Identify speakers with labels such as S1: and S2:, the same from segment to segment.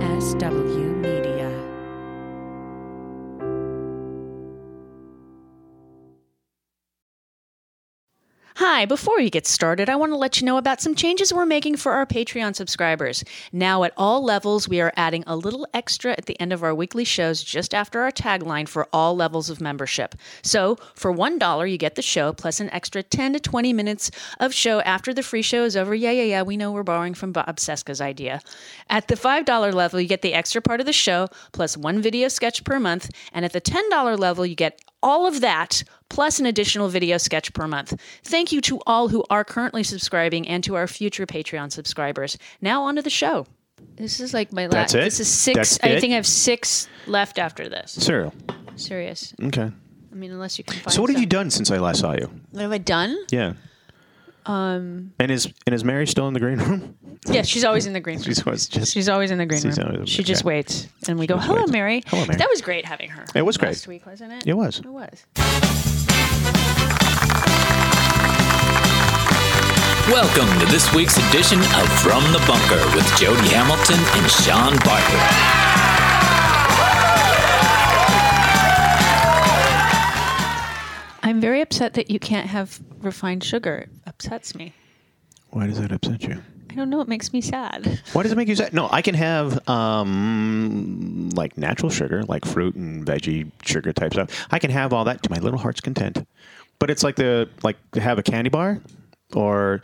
S1: W Media. Hi, before you get started, I want to let you know about some changes we're making for our Patreon subscribers. Now, at all levels, we are adding a little extra at the end of our weekly shows just after our tagline for all levels of membership. So, for $1, you get the show plus an extra 10 to 20 minutes of show after the free show is over. Yeah, yeah, yeah, we know we're borrowing from Bob Seska's idea. At the $5 level, you get the extra part of the show plus one video sketch per month. And at the $10 level, you get all of that plus an additional video sketch per month. Thank you to all who are currently subscribing and to our future Patreon subscribers. Now onto the show. This is like my last.
S2: That's it?
S1: This is six.
S2: That's
S1: I
S2: it?
S1: think I have six left after this.
S2: Serial.
S1: Serious.
S2: Okay.
S1: I mean, unless you can find.
S2: So what have you
S1: some-
S2: done since I last saw you?
S1: What have I done?
S2: Yeah. Um. And is and is Mary still in the green room?
S1: Yeah, she's always in the green room.
S2: She's always just.
S1: She's always in the green
S2: She's
S1: room.
S2: always-
S1: she just
S2: okay.
S1: waits, and we go,
S2: just
S1: "Hello,
S2: waits.
S1: Mary."
S2: Hello, Mary.
S1: That was great having her.
S2: It was
S1: Last
S2: great.
S1: week, wasn't it?
S2: It was.
S1: It was.
S3: Welcome to this week's edition of From the Bunker with Jody Hamilton and Sean Barker.
S1: I'm very upset that you can't have refined sugar. It upsets me.
S2: Why does that upset you?
S1: I don't know. It makes me sad.
S2: Why does it make you sad? No, I can have um like natural sugar, like fruit and veggie sugar type stuff. I can have all that to my little heart's content. But it's like the like to have a candy bar, or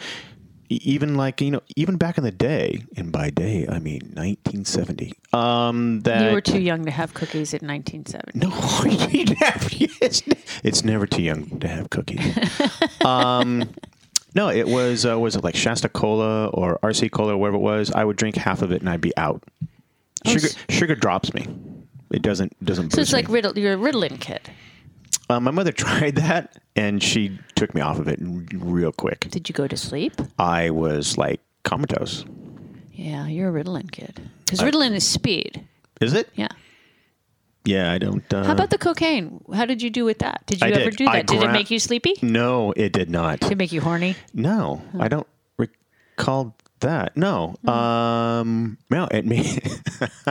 S2: e- even like you know even back in the day, and by day I mean 1970. Um, that
S1: You were too young to have cookies in 1970.
S2: No, you'd have- it's, it's never too young to have cookies. um, no, it was uh, was it like Shasta Cola or RC Cola or whatever it was. I would drink half of it and I'd be out. Sugar
S1: Oh, s-
S2: sugar drops me. It doesn't doesn't.
S1: So it's
S2: boost
S1: like
S2: me.
S1: Riddle, you're a Ritalin kid.
S2: Uh, my mother tried that and she took me off of it real quick.
S1: Did you go to sleep?
S2: I was like comatose.
S1: Yeah, you're a Ritalin kid. Because Ritalin is speed.
S2: Is it?
S1: Yeah.
S2: Yeah, I don't. Uh,
S1: How about the cocaine? How did you do with that? Did you
S2: I
S1: ever
S2: did.
S1: do that?
S2: I
S1: did it
S2: gra-
S1: make you sleepy? Did
S2: uh, No, it did not.
S1: it make you horny?
S2: No, I don't recall that. No,
S1: Hmm.
S2: um, no, it made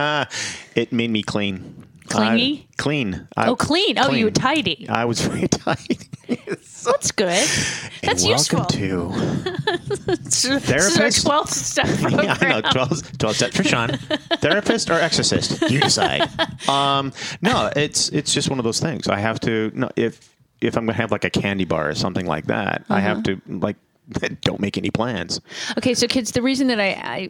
S2: it made me clean,
S1: Clingy?
S2: I- clean. I-
S1: Oh, clean. Oh, you were
S2: clean.
S1: tidy.
S2: I was very tight.
S1: That's good. That's useful.
S2: welcome to
S1: This is our
S2: therapist?
S1: 12th step
S2: yeah, I
S1: program.
S2: know 12, 12 steps for Sean, therapist or exorcist, you decide. Um, no, it's it's just one of those things. I have to no if if I'm gonna have like a candy bar or something like that, I have
S1: Uh-huh.
S2: to like don't make any plans.
S1: Okay, so kids, the reason that I, I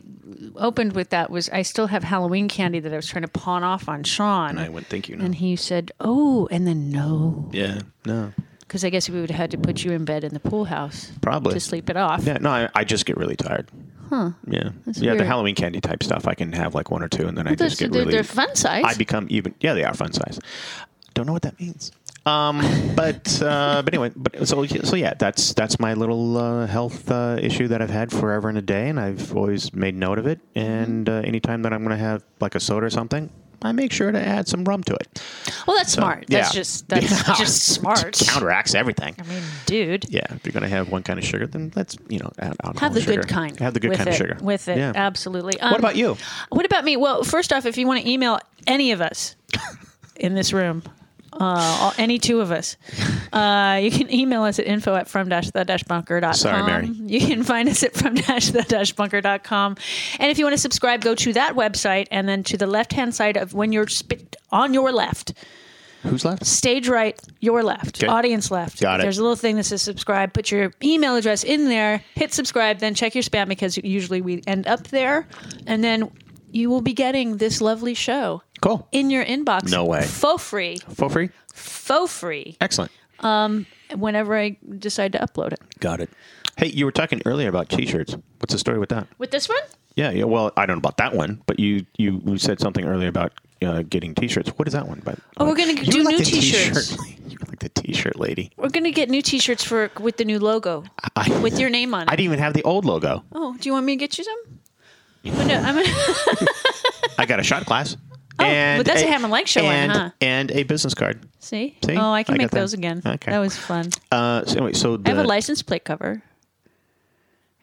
S1: opened with that was I still have Halloween candy that I was trying to pawn off on Sean.
S2: And I wouldn't think you know.
S1: And he said, "Oh," and then no,
S2: yeah, no.
S1: because I guess we would have had to put you in bed in the pool house
S2: Probably.
S1: to sleep it off.
S2: Yeah, no, I, I just get really tired. Huh. Yeah. yeah,
S1: weird.
S2: the Halloween candy type stuff, I can have like one or two and then I
S1: They're,
S2: just get
S1: they're-
S2: really
S1: they're fun size.
S2: I become even Yeah, they are fun size. Don't know what that means. Um, but uh, but anyway, but so so yeah, that's that's my little uh, health uh, issue that I've had forever and a day and I've always made note of it
S1: Mm-hmm.
S2: and uh, anytime that I'm going to have like a soda or something, I make sure to add some rum to it.
S1: well, that's smart. That's
S2: yeah.
S1: just that's
S2: Yeah.
S1: just smart.
S2: Counteracts everything.
S1: I mean, dude,
S2: Yeah, if you're going to have one kind of sugar, then let's, you know, add alcohol
S1: have the
S2: sugar.
S1: good kind.
S2: Have the good
S1: with
S2: kind
S1: it-
S2: of sugar.
S1: with it.
S2: Yeah.
S1: Absolutely. Um,
S2: What about you?
S1: What about me? Well, first off, if you want to email any of us in this room, uh, all, any two of us, uh, you can email us at info at from the bunker.com.
S2: Sorry, Mary.
S1: You can find us at from the bunker.com. And if you want to subscribe, go to that website and then to the left hand side of when you're spit on your left,
S2: Who's left?
S1: stage right, your left,
S2: Okay.
S1: audience left.
S2: Got it.
S1: There's a little thing that says subscribe. Put your email address in there, hit subscribe, then check your spam because usually we end up there. And then you will be getting this lovely show
S2: Cool.
S1: in your inbox.
S2: No way.
S1: Faux free,
S2: For free?
S1: faux free,
S2: Excellent.
S1: whenever I decide to upload it.
S2: Got it. Hey, you were talking earlier about t-shirts. What's the story with that?
S1: With this one?
S2: Yeah, yeah. Well, I don't know about that one, but you you, you said something earlier about uh, getting t-shirts. What is that one? But
S1: Oh, we're gonna
S2: You
S1: do
S2: were like
S1: new
S2: the
S1: t-shirts.
S2: T-shirt. lady. You were like the t-shirt lady.
S1: We're going to get new t shirts for with the new logo
S2: I-
S1: with your name on it.
S2: I didn't even have the old logo.
S1: oh, do you want me to get you some? Well, no, I'm gonna-
S2: I got a shot glass.
S1: Oh, but that's a Ham and Leg Show one,
S2: and,
S1: huh?
S2: And a business card.
S1: See?
S2: See?
S1: Oh, I can
S2: I got
S1: make
S2: that.
S1: those again.
S2: Okay.
S1: That was fun.
S2: Uh, so anyway, so the,
S1: I have a license plate cover.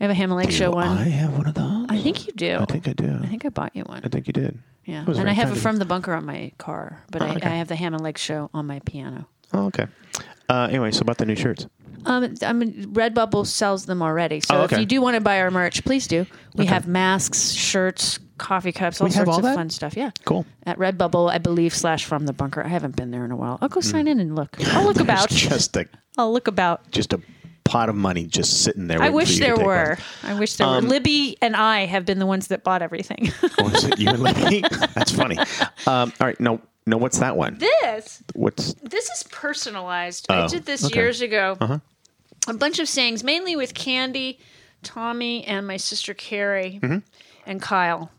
S1: I have a Ham and Leg
S2: Do
S1: Show one.
S2: I
S1: I,
S2: have one of those.
S1: think you do.
S2: I think I do.
S1: I think I bought you one.
S2: I think you did.
S1: Yeah.
S2: was
S1: And I
S2: very
S1: have
S2: kind
S1: it
S2: of
S1: from the bunker on my car, but I,
S2: okay.
S1: I have the ham and leg show on my piano.
S2: Oh, okay. Uh, anyway, so about the new shirts.
S1: Um, I mean, Redbubble sells them already. So
S2: Oh, okay.
S1: if you do want to buy our merch, please do. We have masks, shirts, coffee cups, all
S2: We have
S1: sorts
S2: all
S1: of
S2: that?
S1: fun stuff. Yeah.
S2: Cool.
S1: At Redbubble, I believe, slash from the bunker. I haven't been there in a while. I'll go sign in and look. I'll look
S2: Hmm. There's
S1: about.
S2: just a
S1: I'll look about.
S2: just a pot of money just sitting there.
S1: I
S2: waiting for
S1: wish
S2: you to
S1: there
S2: take Um, one.
S1: were. I wish there were. Libby and I have been the ones that bought everything.
S2: Or is it you and Libby? That's funny. Um, all right, no, no. What's that one?
S1: this
S2: What's
S1: this is personalized. I
S2: Oh,
S1: did this
S2: okay. Uh-huh.
S1: years ago. A bunch of sayings, mainly with Candy, Tommy, and my sister Carrie,
S2: Mm-hmm.
S1: and Kyle.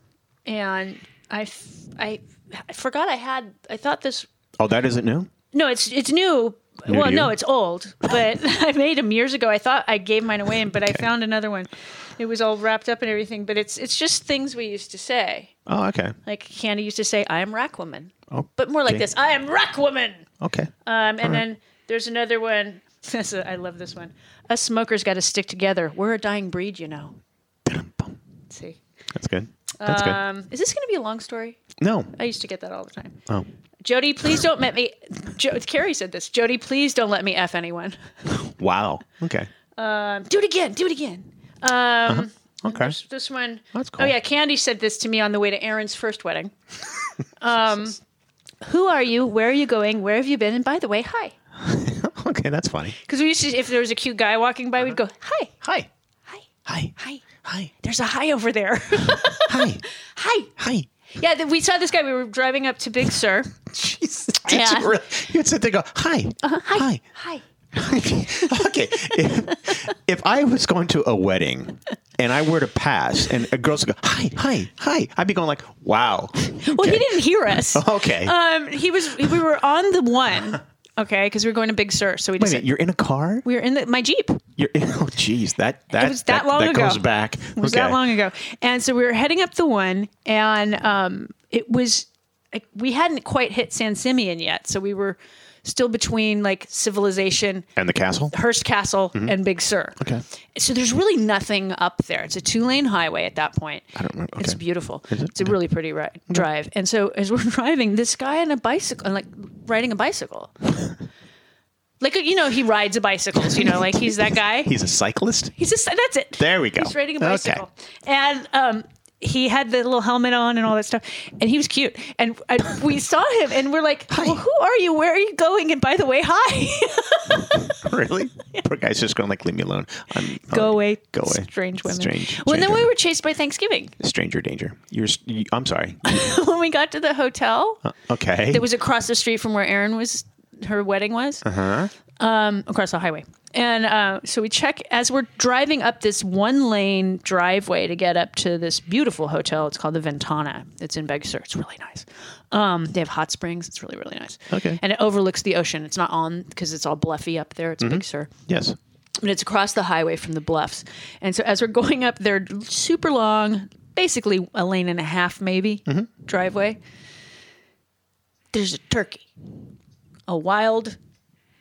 S1: And I, f- I, I forgot I had. I thought this.
S2: oh, that isn't new.
S1: No, it's it's new.
S2: New
S1: well,
S2: to you?
S1: no, it's old, but I made them years ago. I thought I gave mine away, but I found another one. It was all wrapped up and everything, but it's it's just things we used to say.
S2: Oh, okay,
S1: Like Candy used to say, "I am rack woman,"
S2: Oh,
S1: but more like
S2: okay.
S1: this: "I am rack woman."
S2: okay.
S1: Um, and then there's another one. This is- I love this one. Us smokers got to stick together. We're a dying breed, you know. Let's see,
S2: That's good. That's
S1: um, is this going to be a long story?
S2: good. No.
S1: I used to get that all the time.
S2: Oh,
S1: Jody, please don't let me. Jo- Carrie said this. Jody, please don't let me f anyone.
S2: wow. Okay.
S1: Um, do it again. Do it again. Um,
S2: Okay.
S1: This, this one.
S2: That's
S1: Oh
S2: cool.
S1: yeah, Candy said this to me on the way to Aaron's first wedding. um, who are you? Where are you going? Where have you been? And by the way, hi.
S2: Okay, that's funny.
S1: Because we used to, if there was a cute guy walking by,
S2: Uh-huh.
S1: we'd go, hi,
S2: Hi.
S1: hi,
S2: Hi.
S1: hi.
S2: Hi.
S1: There's a hi over there.
S2: Hi.
S1: hi.
S2: Hi.
S1: Yeah, th- we saw this guy. We were driving up to Big Sur.
S2: Jesus.
S1: Yeah. Uh-huh.
S2: Did you really- You'd sit there and go, hi. hi.
S1: Hi.
S2: okay. If, if I was going to a wedding and I were to pass and a girl's go, hi, hi, hi, I'd be going like, wow.
S1: Well, he didn't hear us.
S2: Okay.
S1: Um, he was. We were on the one. Okay, because we were going to Big Sur, so we
S2: Wait a
S1: just
S2: minute, you're in a car?
S1: we were in the, my Jeep.
S2: You're in, oh, geez, that that
S1: was that long ago.
S2: goes back.
S1: It was that long ago. And so we were heading up the one, and um, it was like we hadn't quite hit San Simeon yet, so we were still between like civilization,
S2: And the castle?
S1: Hearst Castle,
S2: Mm-hmm.
S1: and Big Sur.
S2: Okay.
S1: So there's really nothing up there. It's a two lane highway at that point. I
S2: don't remember.
S1: It's
S2: Okay.
S1: beautiful.
S2: it?
S1: It's a really pretty ride, drive. And so as we're driving, this guy on a bicycle, and like riding a bicycle. Like you know, he rides a bicycle. You know, like he's that guy.
S2: He's a cyclist?
S1: He's just that's it.
S2: There we go.
S1: He's riding a
S2: Okay.
S1: bicycle, and um, he had the little helmet on and all that stuff, and he was cute. And, and we saw him, and we're like, well, "Who are you? Where are you going?" And by the way, hi.
S2: really? Poor guy's just going like, leave me alone. I'm,
S1: go away,
S2: Go away.
S1: strange women.
S2: Strange.
S1: well, and then
S2: stranger-
S1: we were chased by Thanksgiving
S2: stranger danger. You're. s- You, I'm sorry.
S1: when we got to the hotel
S2: Okay.
S1: that was across the street from where Erin was. Her wedding was um, across the highway, and uh, so we check as we're driving up this one-lane driveway to get up to this beautiful hotel. It's called the Ventana. It's in Big Sur. It's really nice. Um, they have hot springs. It's really really nice.
S2: Okay.
S1: and it overlooks the ocean. It's not on because it's all bluffy up there. It's Big Sur
S2: yes.
S1: but it's across the highway from the bluffs. And so as we're going up, they're super long, basically a lane and a half, maybe
S2: Mm-hmm.
S1: driveway. There's a turkey, a wild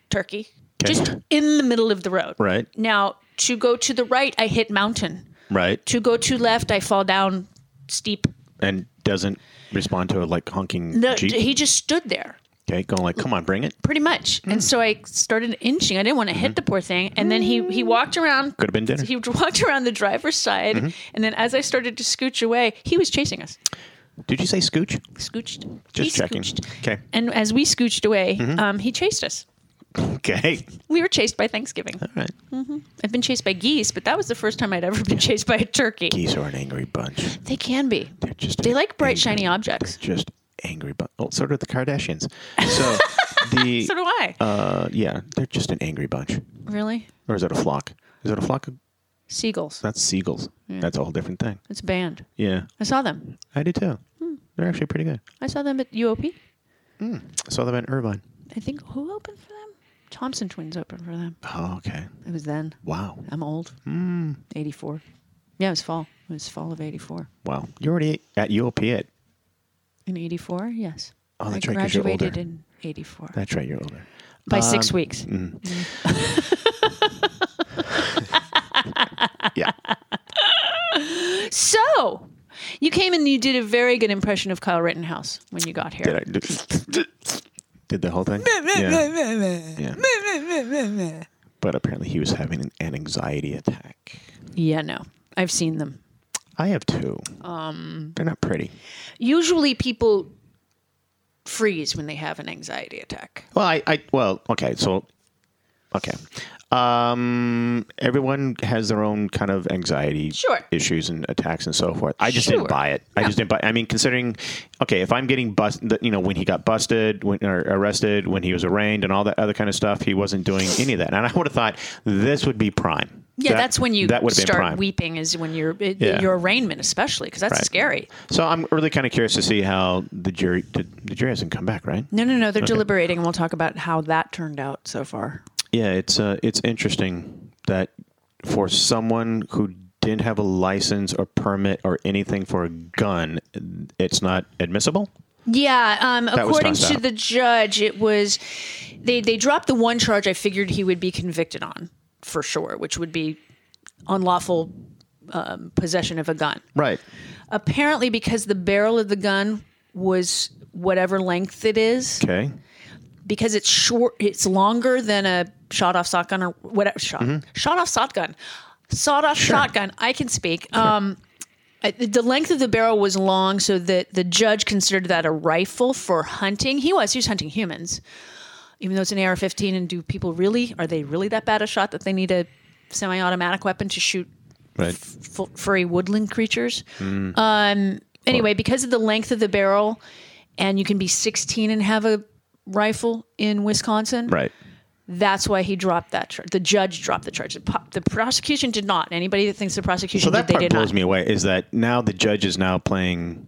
S1: turkey,
S2: Okay.
S1: just in the middle of the road.
S2: Right.
S1: Now, to go to the right, I hit mountain.
S2: Right.
S1: To go to left, I fall down steep.
S2: And doesn't respond to a like honking
S1: No,
S2: jeep.
S1: he just stood there.
S2: okay. Going like, come on, bring it.
S1: Pretty much,
S2: Mm.
S1: and so I started inching. I didn't want to
S2: Mm-hmm.
S1: hit the poor thing, and then he he walked around,
S2: Could have been dinner.
S1: he walked around the driver's side,
S2: Mm-hmm.
S1: and then as I started to scooch away, he was chasing us.
S2: Did you say scooch?
S1: Scooched.
S2: Just
S1: he
S2: checking.
S1: Scooched.
S2: Okay. Mm-hmm.
S1: And as we scooched away, um, he chased us.
S2: Okay.
S1: We were chased by Thanksgiving.
S2: All right.
S1: Mm. I've been chased by geese, but that was the first time I'd ever been chased by a turkey.
S2: Geese are an angry bunch.
S1: They can be.
S2: They're just.
S1: They like bright,
S2: angry-
S1: shiny objects.
S2: Just angry bunch. Oh, so do the Kardashians. So the.
S1: So do I.
S2: uh, yeah, they're just an angry bunch.
S1: really?
S2: Or is that a flock? Is that a flock? Of,
S1: Seagulls.
S2: that's seagulls. That's a whole different thing.
S1: It's a band.
S2: Yeah,
S1: I saw them.
S2: I did too.
S1: Hmm.
S2: They're actually pretty good.
S1: I saw them at UOP.
S2: I saw them in Irvine.
S1: I think who opened for them? Thompson Twins opened for them.
S2: Oh, okay.
S1: It was then.
S2: Wow.
S1: I'm old.
S2: Hmm.
S1: 84. Yeah, it was fall. It was fall of 84.
S2: Wow. You're already at UOP at.
S1: In 84, yes.
S2: Oh, that's
S1: I
S2: right, 'cause you're
S1: graduated
S2: older. uh,
S1: in 84
S2: That's right. You're older.
S1: by six weeks.
S2: mm. Yeah.
S1: So, You came and you did a very good impression of Kyle Rittenhouse when you got here.
S2: Did I did, did the whole thing? Yeah. Yeah. But apparently he was having an, an anxiety attack.
S1: Yeah, no. I've seen them.
S2: I have two. Um, They're not pretty.
S1: Usually people freeze when they have an anxiety attack.
S2: Well, I, I well, okay, so okay. Um, everyone has their own kind of anxiety
S1: Sure.
S2: issues and attacks and so forth. I just
S1: Sure.
S2: didn't buy it. I just didn't buy. I mean, considering, okay, if I'm getting busted, you know, when he got busted, when or arrested, when he was arraigned, and all that other kind of stuff, he wasn't doing any of that. And I would have thought this would be prime.
S1: Yeah,
S2: That-
S1: that's when you
S2: that would have been
S1: start
S2: prime.
S1: weeping is when you're it,
S2: Yeah.
S1: your arraignment especially because that's
S2: Right.
S1: scary.
S2: So I'm really kind of curious to see how the jury the, the jury hasn't come back, right?
S1: No, no, no, they're deliberating and we'll talk about how that turned out so far.
S2: Yeah, it's uh, it's interesting that for someone who didn't have a license or permit or anything for a gun, it's not admissible.
S1: Yeah, um,
S2: was
S1: according
S2: tossed
S1: to
S2: out.
S1: the judge, it was they they dropped the one charge I figured he would be convicted on for sure, which would be unlawful um, possession of a gun.
S2: Right.
S1: Apparently, because the barrel of the gun was whatever length it is,
S2: Okay.
S1: because it's short, it's longer than a shot off shotgun or whatever shot shot off shotgun, sawed off shotgun. I can speak. Um, I- the length of the barrel was long, so that the judge considered that a rifle for hunting. He was he was hunting humans, even though it's an AR-15. And do people really are they really that bad a shot that they need a semi-automatic weapon to shoot
S2: Right. Hmm.
S1: f- furry woodland creatures. Um, anyway, because of the length of the barrel, and you can be 16 and have a rifle in Wisconsin.
S2: Right.
S1: That's why he dropped that charge. The judge dropped the charge. The, po- the prosecution did not. Anybody that thinks the prosecution
S2: So that
S1: did, they
S2: part
S1: did
S2: blows
S1: not.
S2: me away. Is that now the judge is now playing?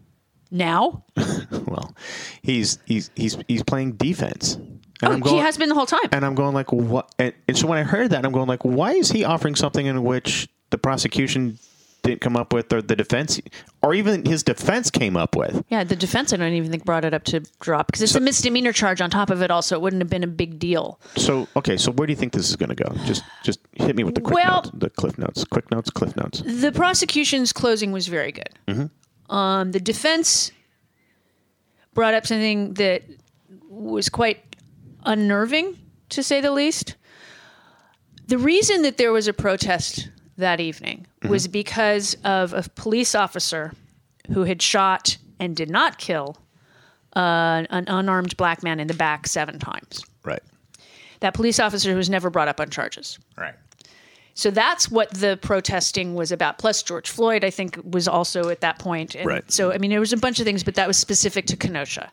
S1: Now,
S2: Well, he's he's he's he's playing defense. And
S1: oh, he has been the whole time.
S2: And I'm going like what? And, and so when I heard that, I'm going like, why is he offering something in which the prosecution didn't come up with, or the defense, or even his defense came up with?
S1: Yeah, the defense I don't even think brought it up to drop because it's a misdemeanor charge on top of it. Also, it wouldn't have been a big deal.
S2: So okay, so where do you think this is going to go? Just just hit me with the quick
S1: Well-
S2: notes, the cliff notes, quick notes, cliff notes.
S1: The prosecution's closing was very good. Um, the defense brought up something that was quite unnerving, to say the least. The reason that there was a protest that evening was because of a police officer who had shot and did not kill uh, an unarmed black man in the back seven times.
S2: Right.
S1: That police officer was never brought up on charges.
S2: Right.
S1: So that's what the protesting was about. Plus, George Floyd, I think, was also at that point. And
S2: Right.
S1: So, I mean, there was a bunch of things, but that was specific to Kenosha.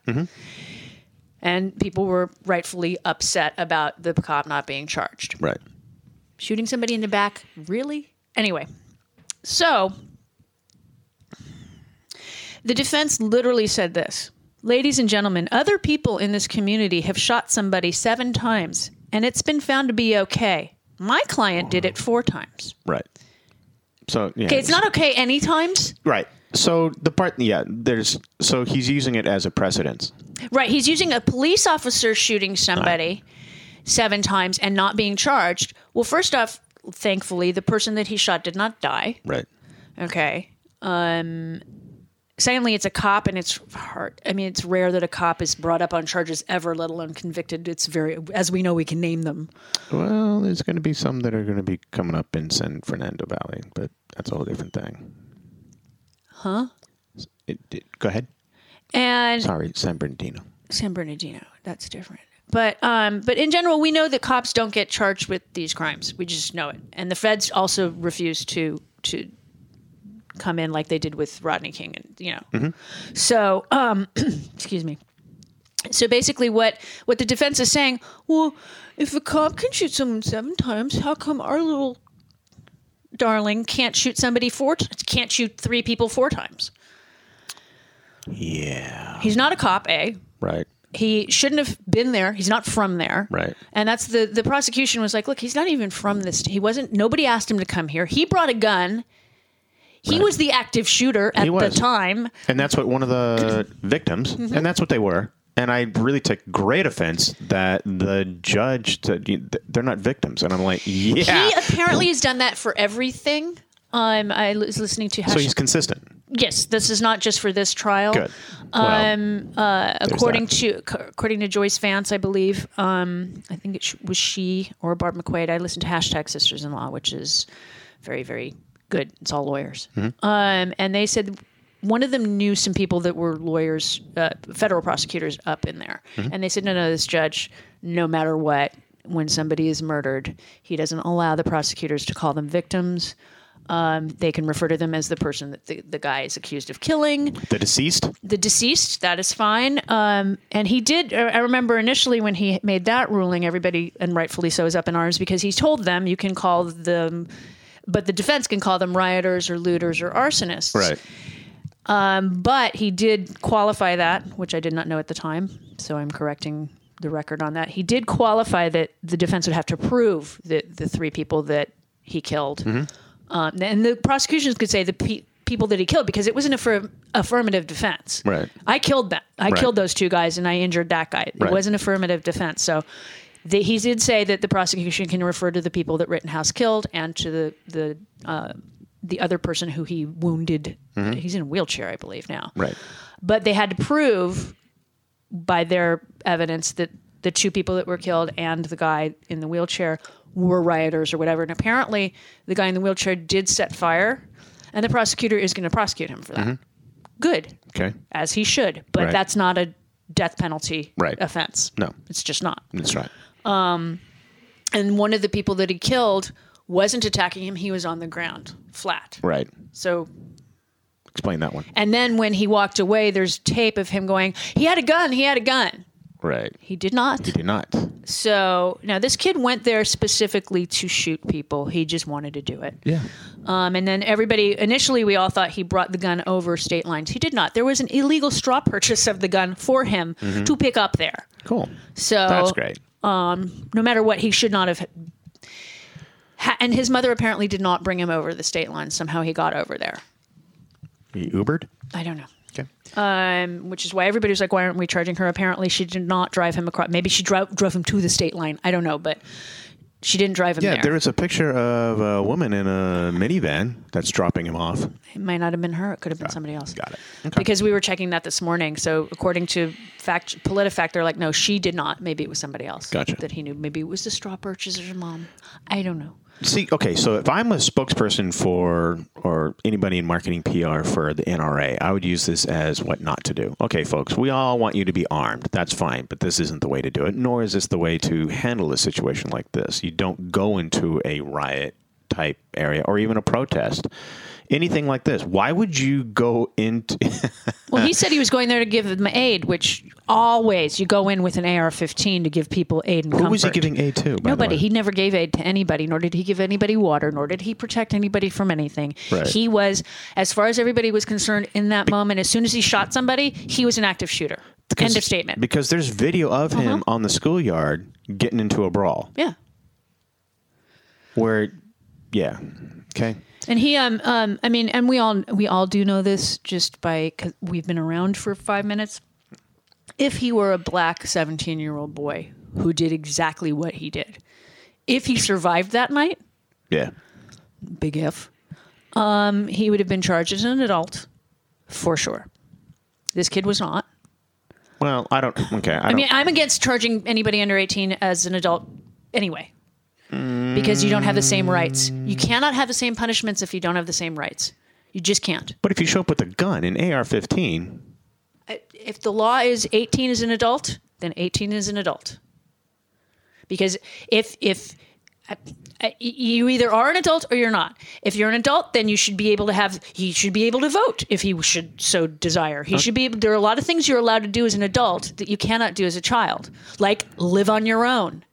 S1: And people were rightfully upset about the cop not being charged.
S2: Right.
S1: Shooting somebody in the back, really? Anyway, so the defense literally said this Ladies and gentlemen, other people in this community have shot somebody seven times, and it's been found to be okay. My client did it four times.
S2: Right. So yeah,
S1: Okay, it's not okay any times.
S2: right. So the part, yeah, there's so he's using it as a precedence.
S1: Right, he's using a police officer shooting somebody seven times and not being charged. Well, first off, thankfully, the person that he shot did not die.
S2: Right.
S1: Okay. Um secondly, it's a cop and it's hard. I mean, it's rare that a cop is brought up on charges ever, let alone convicted. It's very as we know we can name them.
S2: Well, there's going to be some that are going to be coming up in San Fernando Valley, but that's a whole different thing. Huh? It, it- go ahead.
S1: And
S2: Sorry, San Bernardino.
S1: San Bernardino. That's different. But um, but in general, we know that cops don't get charged with these crimes. We just know it, and the feds also refuse to to come in like they did with Rodney King, and you know. So um, excuse me. So basically, what what the defense is saying? Well, if a cop can shoot someone seven times, how come our little darling can't shoot somebody four? T- can't shoot three people four times?
S2: Yeah.
S1: He's not a cop, a.
S2: Right.
S1: he shouldn't have been there. He's not from there.
S2: Right.
S1: And that's the the prosecution was like, look, he's not even from this. He wasn't. Nobody asked him to come here. He brought a gun. He was the active shooter at
S2: He
S1: the
S2: was.
S1: time.
S2: And that's what one of the victims, and that's what they were. And I really took great offense that the judge said, "You- they're not victims. And I'm like, yeah.
S1: He apparently has done that for everything. Um, I was listening to. Hash-
S2: So he's consistent.
S1: yes, this is not just for this trial.
S2: Good.
S1: Um, uh, according
S2: that.
S1: to c- according to Joyce Vance, I believe. Um, I think it sh- was she or Barb McQuaid. I listened to hashtag Sisters in Law, which is very very good. It's all lawyers. Um, and they said one of them knew some people that were lawyers, uh, federal prosecutors up in there, and they said, no, no, this judge, no matter what. When somebody is murdered, he doesn't allow the prosecutors to call them victims. Um, they can refer to them as the person that the, the guy is accused of killing
S2: the deceased.
S1: the deceased. That is fine. Um, and he did. I I remember initially when he made that ruling, everybody, and rightfully so, is up in arms because he told them you can call them, but the defense can call them rioters or looters or arsonists. Um, But he did qualify that, which I did not know at the time. So I'm correcting the record on that. He did qualify that the defense would have to prove that the three people that he killed.
S2: Mm-hmm.
S1: Um, and the prosecutions could say the pe- people that he killed because it was an affirm- affirmative defense.
S2: Right.
S1: I killed that. I killed those two guys and I injured that guy. It
S2: Right.
S1: was an affirmative defense. So the, he did say that the prosecution can refer to the people that Rittenhouse killed and to the the uh, the other person who he wounded. He's in a wheelchair, I believe now.
S2: Mm-hmm. Right.
S1: But they had to prove by their evidence that the two people that were killed and the guy in the wheelchair were rioters or whatever. And apparently, the guy in the wheelchair did set fire, and the prosecutor is going to prosecute him for that. Good,
S2: Okay.
S1: as he should. But
S2: Mm-hmm. Right.
S1: that's not a death penalty
S2: Right.
S1: offense.
S2: No.
S1: it's just not.
S2: That's right.
S1: And one of the people that he killed wasn't attacking him; he was on the ground, flat.
S2: Right.
S1: So
S2: Explain that one.
S1: And then when he walked away, there's tape of him going, he had a gun, he had a gun.
S2: Right.
S1: He did not.
S2: Do not.
S1: So now this kid went there specifically to shoot people. He just wanted to do it.
S2: Yeah.
S1: Um, and then everybody, initially, we all thought he brought the gun over state lines. He did not. There was an illegal straw purchase of the gun for him to pick up there.
S2: Cool.
S1: So
S2: Mm-hmm. That's great.
S1: no matter what, he should not have. Ha- and his mother apparently did not bring him over the state lines. Somehow he got over there.
S2: He Ubered.
S1: I don't know.
S2: Okay.
S1: um, which is why everybody was like, "Why aren't we charging her?" Apparently, she did not drive him across. Maybe she drove drove him to the state line. I don't know, but she didn't drive him
S2: yeah,
S1: there.
S2: there is a picture of a woman in a minivan that's dropping him off.
S1: it might not have been her. It could have been somebody else.
S2: Got it. Okay.
S1: Because we were checking that this morning. So according to fact PolitiFact, they're like, "No, she did not. Maybe it was somebody else
S2: Gotcha.
S1: that he knew. Maybe it was the straw purchaser's mom. I don't know."
S2: See, okay, so if I'm a spokesperson for or anybody in marketing PR for the NRA, I would use this as what not to do. Okay, folks, we all want you to be armed. That's fine, but this isn't the way to do it, nor is this the way to handle a situation like this. You don't go into a riot type area or even a protest. Anything like this. Why would you go into
S1: Well, he said he was going there to give them aid, which always you go in with an AR-15 to give people aid and
S2: Who
S1: comfort.
S2: was he giving aid to? by the
S1: Nobody.
S2: way?
S1: He never gave aid to anybody, nor did he give anybody water, nor did he protect anybody from anything.
S2: Right.
S1: He was, as far as everybody was concerned in that moment, as soon as he shot somebody, he was an active shooter. End of statement. Uh-huh.
S2: Because there's video of him on the schoolyard getting into a brawl
S1: yeah.
S2: where yeah. Okay.
S1: And he, um, um, I mean, and we all we all do know this just by because we've been around for five minutes. If he were a black seventeen-year-old boy who did exactly what he did, if he survived that night,
S2: Yeah.
S1: big if, um, he would have been charged as an adult for sure. This kid was not.
S2: Well, I don't. Okay, I,
S1: I
S2: don't.
S1: mean, I'm against charging anybody under 18 as an adult anyway, because you don't have the same rights. You cannot have the same punishments if you don't have the same rights. You just can't.
S2: but if you show up with a gun, an AR-15,
S1: If the law is 18 is an adult, then 18 is an adult. Because if if I- I- you either are an adult or you're not. If you're an adult, then you should be able to have. He should be able to vote if he should so desire. He should be. able- There are a lot of things you're allowed to do as an adult that you cannot do as a child, like live on your own,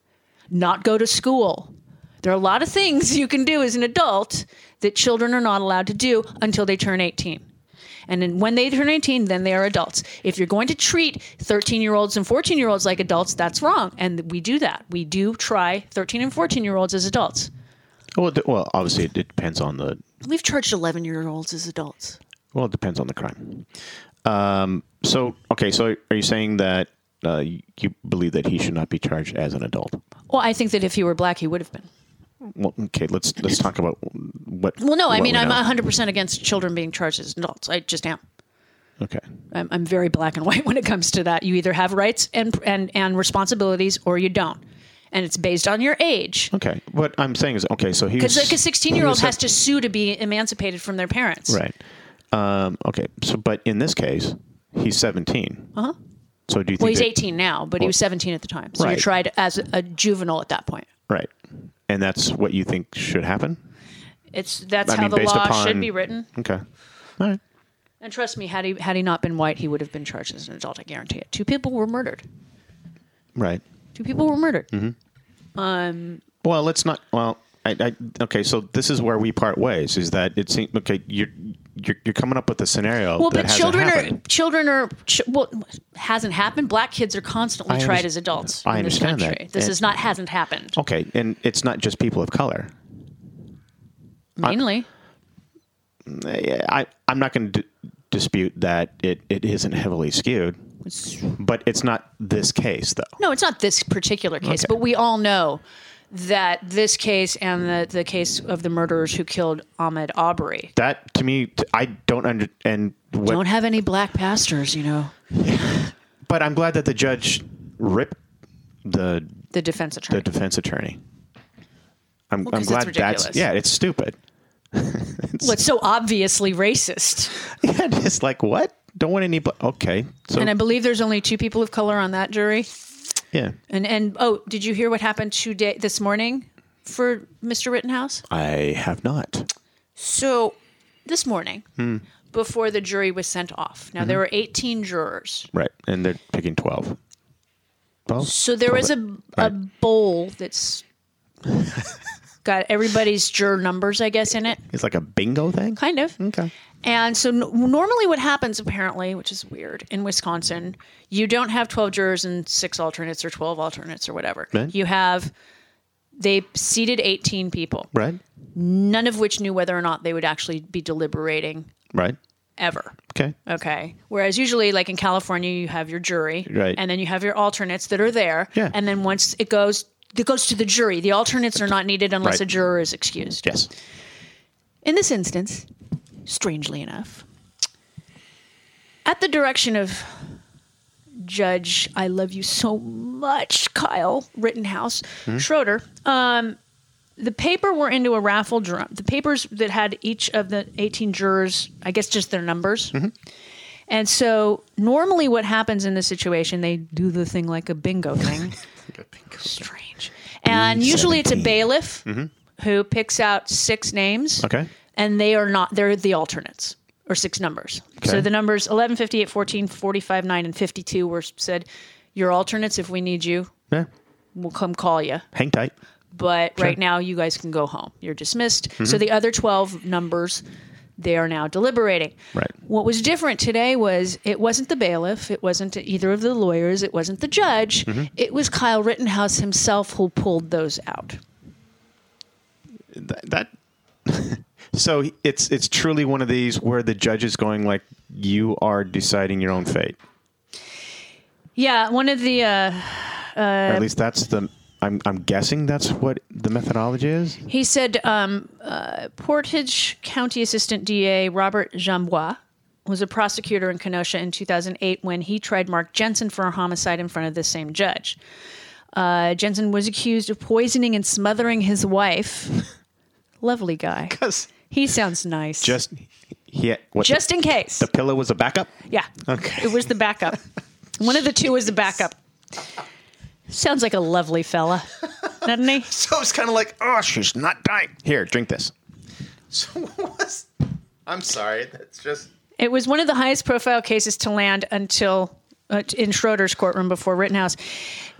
S1: not go to school. There are a lot of things you can do as an adult that children are not allowed to do until they turn 18. And then when they turn 18, then they are adults. If you're going to treat 13 year olds and 14 year olds like adults, that's wrong. And we do that. We do try 13 and 14 year olds as adults.
S2: well, it de- well, obviously it depends on the
S1: We've charged 11 year olds as adults.
S2: well, it depends on the crime. Um, so okay, so are you saying that uh, you believe that he should not be charged as an adult?
S1: Well, I think that if he were black, he would have been.
S2: Well, okay, let's let's talk about what.
S1: Well, no, I
S2: what
S1: mean,
S2: we
S1: I'm
S2: know.
S1: 100% against children being charged as adults. I just am.
S2: okay.
S1: I'm, I'm very black and white when it comes to that. You either have rights and, and, and responsibilities or you don't. And it's based on your age.
S2: Okay, what I'm saying is okay. So he
S1: Because
S2: was-
S1: like a 16 year old
S2: he
S1: has
S2: was-
S1: to sue to be emancipated from their parents.
S2: Right. Um, okay. So, but in this case, he's 17. Uh huh. So do you
S1: Uh-huh.
S2: think
S1: Well, he's
S2: that-
S1: 18 now, but he was 17 at the time. So you're
S2: Right.
S1: tried as a juvenile at that point.
S2: Right. And that's what you think should happen.
S1: It's that's
S2: I
S1: how
S2: mean,
S1: the
S2: based
S1: law
S2: upon-
S1: should be written.
S2: Okay. All right.
S1: And trust me, had he had he not been white, he would have been charged as an adult. I guarantee it. Two people were murdered.
S2: Right.
S1: Two people were murdered.
S2: Mm-hmm. Well, let's not. Well, I, I okay. So this is where we part ways. Is that it seems okay? You're you're, you're coming up with a scenario.
S1: Well,
S2: that
S1: but
S2: hasn't
S1: children are
S2: happened.
S1: children are ch- well hasn't happened. Black kids are constantly
S2: I
S1: tried
S2: underst-
S1: as adults
S2: I
S1: in this
S2: understand that. Oh,
S1: country. This
S2: And-
S1: is not hasn't happened
S2: okay, and it's not just people of color.
S1: mainly.
S2: I I'm not going to d- dispute that it, it isn't heavily skewed, but it's not this case though.
S1: No, it's not this particular case,
S2: Okay.
S1: but we all know that this case and the, the case of the murderers who killed Ahmed Aubrey
S2: That to me, t- I don't under and what,
S1: don't have any black pastors, you know,
S2: but I'm glad that the judge ripped the
S1: the defense
S2: the
S1: attorney.
S2: defense attorney. I'm, I'm
S1: 'cause it's
S2: glad that's
S1: ridiculous.
S2: yeah, it's stupid.
S1: Well, it's so obviously racist.
S2: Yeah, it's like what? Don't want any. Bl- okay, so
S1: And I believe there's only two people of color on that jury.
S2: yeah,
S1: And and oh, did you hear what happened today this morning for Mr. Rittenhouse?
S2: I have not.
S1: So this morning, before the jury was sent off, now there were 18 jurors.
S2: Right, and they're picking twelve. Well,
S1: So there was a, a bowl that's got everybody's juror numbers, I guess, in it,
S2: it's like a bingo thing.
S1: kind of.
S2: Okay.
S1: And so n- normally what happens apparently, which is weird, in Wisconsin, you don't have 12 jurors and 6 alternates or 12 alternates or whatever.
S2: Right.
S1: You have they seated 18 people,
S2: Right.
S1: none of which knew whether or not they would actually be deliberating
S2: Right.
S1: ever.
S2: Okay.
S1: Okay. Whereas usually, like in California, you have your jury,
S2: Right.
S1: And then you have your alternates that are there,
S2: Yeah.
S1: And then once it goes, it goes to the jury. The alternates are not needed unless
S2: Right.
S1: a juror is excused.
S2: Yes.
S1: In this instance, strangely enough, at the direction of Judge, I love you so much, Kyle Rittenhouse Schroeder. Um, the paper were into a raffle drum. The papers that had each of the 18 jurors, I guess, just their numbers. And so, normally, what happens in this situation, they do the thing like a bingo thing. Strange. And usually, it's a
S2: 17.
S1: bailiff who picks out six names
S2: Mm-hmm. Okay.
S1: and they are not they're the alternates or six numbers so
S2: Okay.
S1: the numbers 11 58 14 45 9 and 52 were said your alternates if we need you
S2: Yeah.
S1: we'll come call you
S2: Hang tight.
S1: but right now you guys can go home you're dismissed so the other 12 numbers they are now deliberating
S2: Right.
S1: what was different today was it wasn't the bailiff it wasn't either of the lawyers it wasn't the judge it was kyle rittenhouse himself who pulled those out
S2: Th- that. so it's it's truly one of these where the judge is going like you are deciding your own fate.
S1: yeah one of the uh,
S2: or
S1: Um,
S2: at least that's the. I'm I'm guessing that's what the methodology is.
S1: He said um, uh, Portage County Assistant DA Robert Jambois was a prosecutor in Kenosha in 2008 when he tried Mark Jensen for a homicide in front of the same judge. Uh, Jensen was accused of poisoning and smothering his wife. Lovely guy.
S2: Because
S1: He sounds nice.
S2: just he what
S1: Just in case.
S2: the pillow was a backup.
S1: yeah.
S2: Okay.
S1: It was the backup. One of the two was the backup. Sounds like a lovely fella, doesn't he?
S2: So it's kind of like, oh, she's not dying. Here, drink this. So what was? I'm sorry. That's just.
S1: It was one of the highest profile cases to land until uh, in Schroeder's courtroom before Rittenhouse.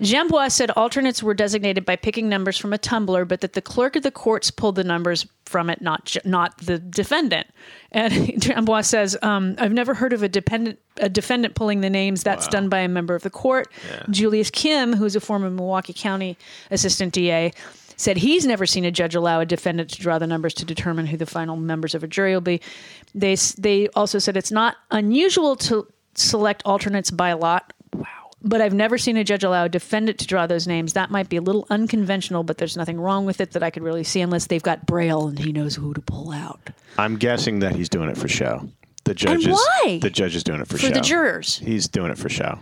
S1: Jambois said alternates were designated by picking numbers from a tumbler, but that the clerk of the courts pulled the numbers from it, not ju- not the defendant. And Jambois says, um, "I've never heard of a dependent a defendant pulling the names. That's done by a member of the court." Julius Kim, who's a former Milwaukee County assistant DA, said he's never seen a judge allow a defendant to draw the numbers to determine who the final members of a jury will be. They they also said it's not unusual to select alternates by lot. Wow. but I've never seen a judge allow a defendant to draw those names. That might be a little unconventional, but there's nothing wrong with it that I could really see unless they've got braille and he knows who to pull out.
S2: I'm guessing that he's doing it for show. The
S1: And
S2: judge is
S1: why?
S2: the judge is doing it for,
S1: For
S2: show.
S1: the jurors.
S2: He's doing it for show.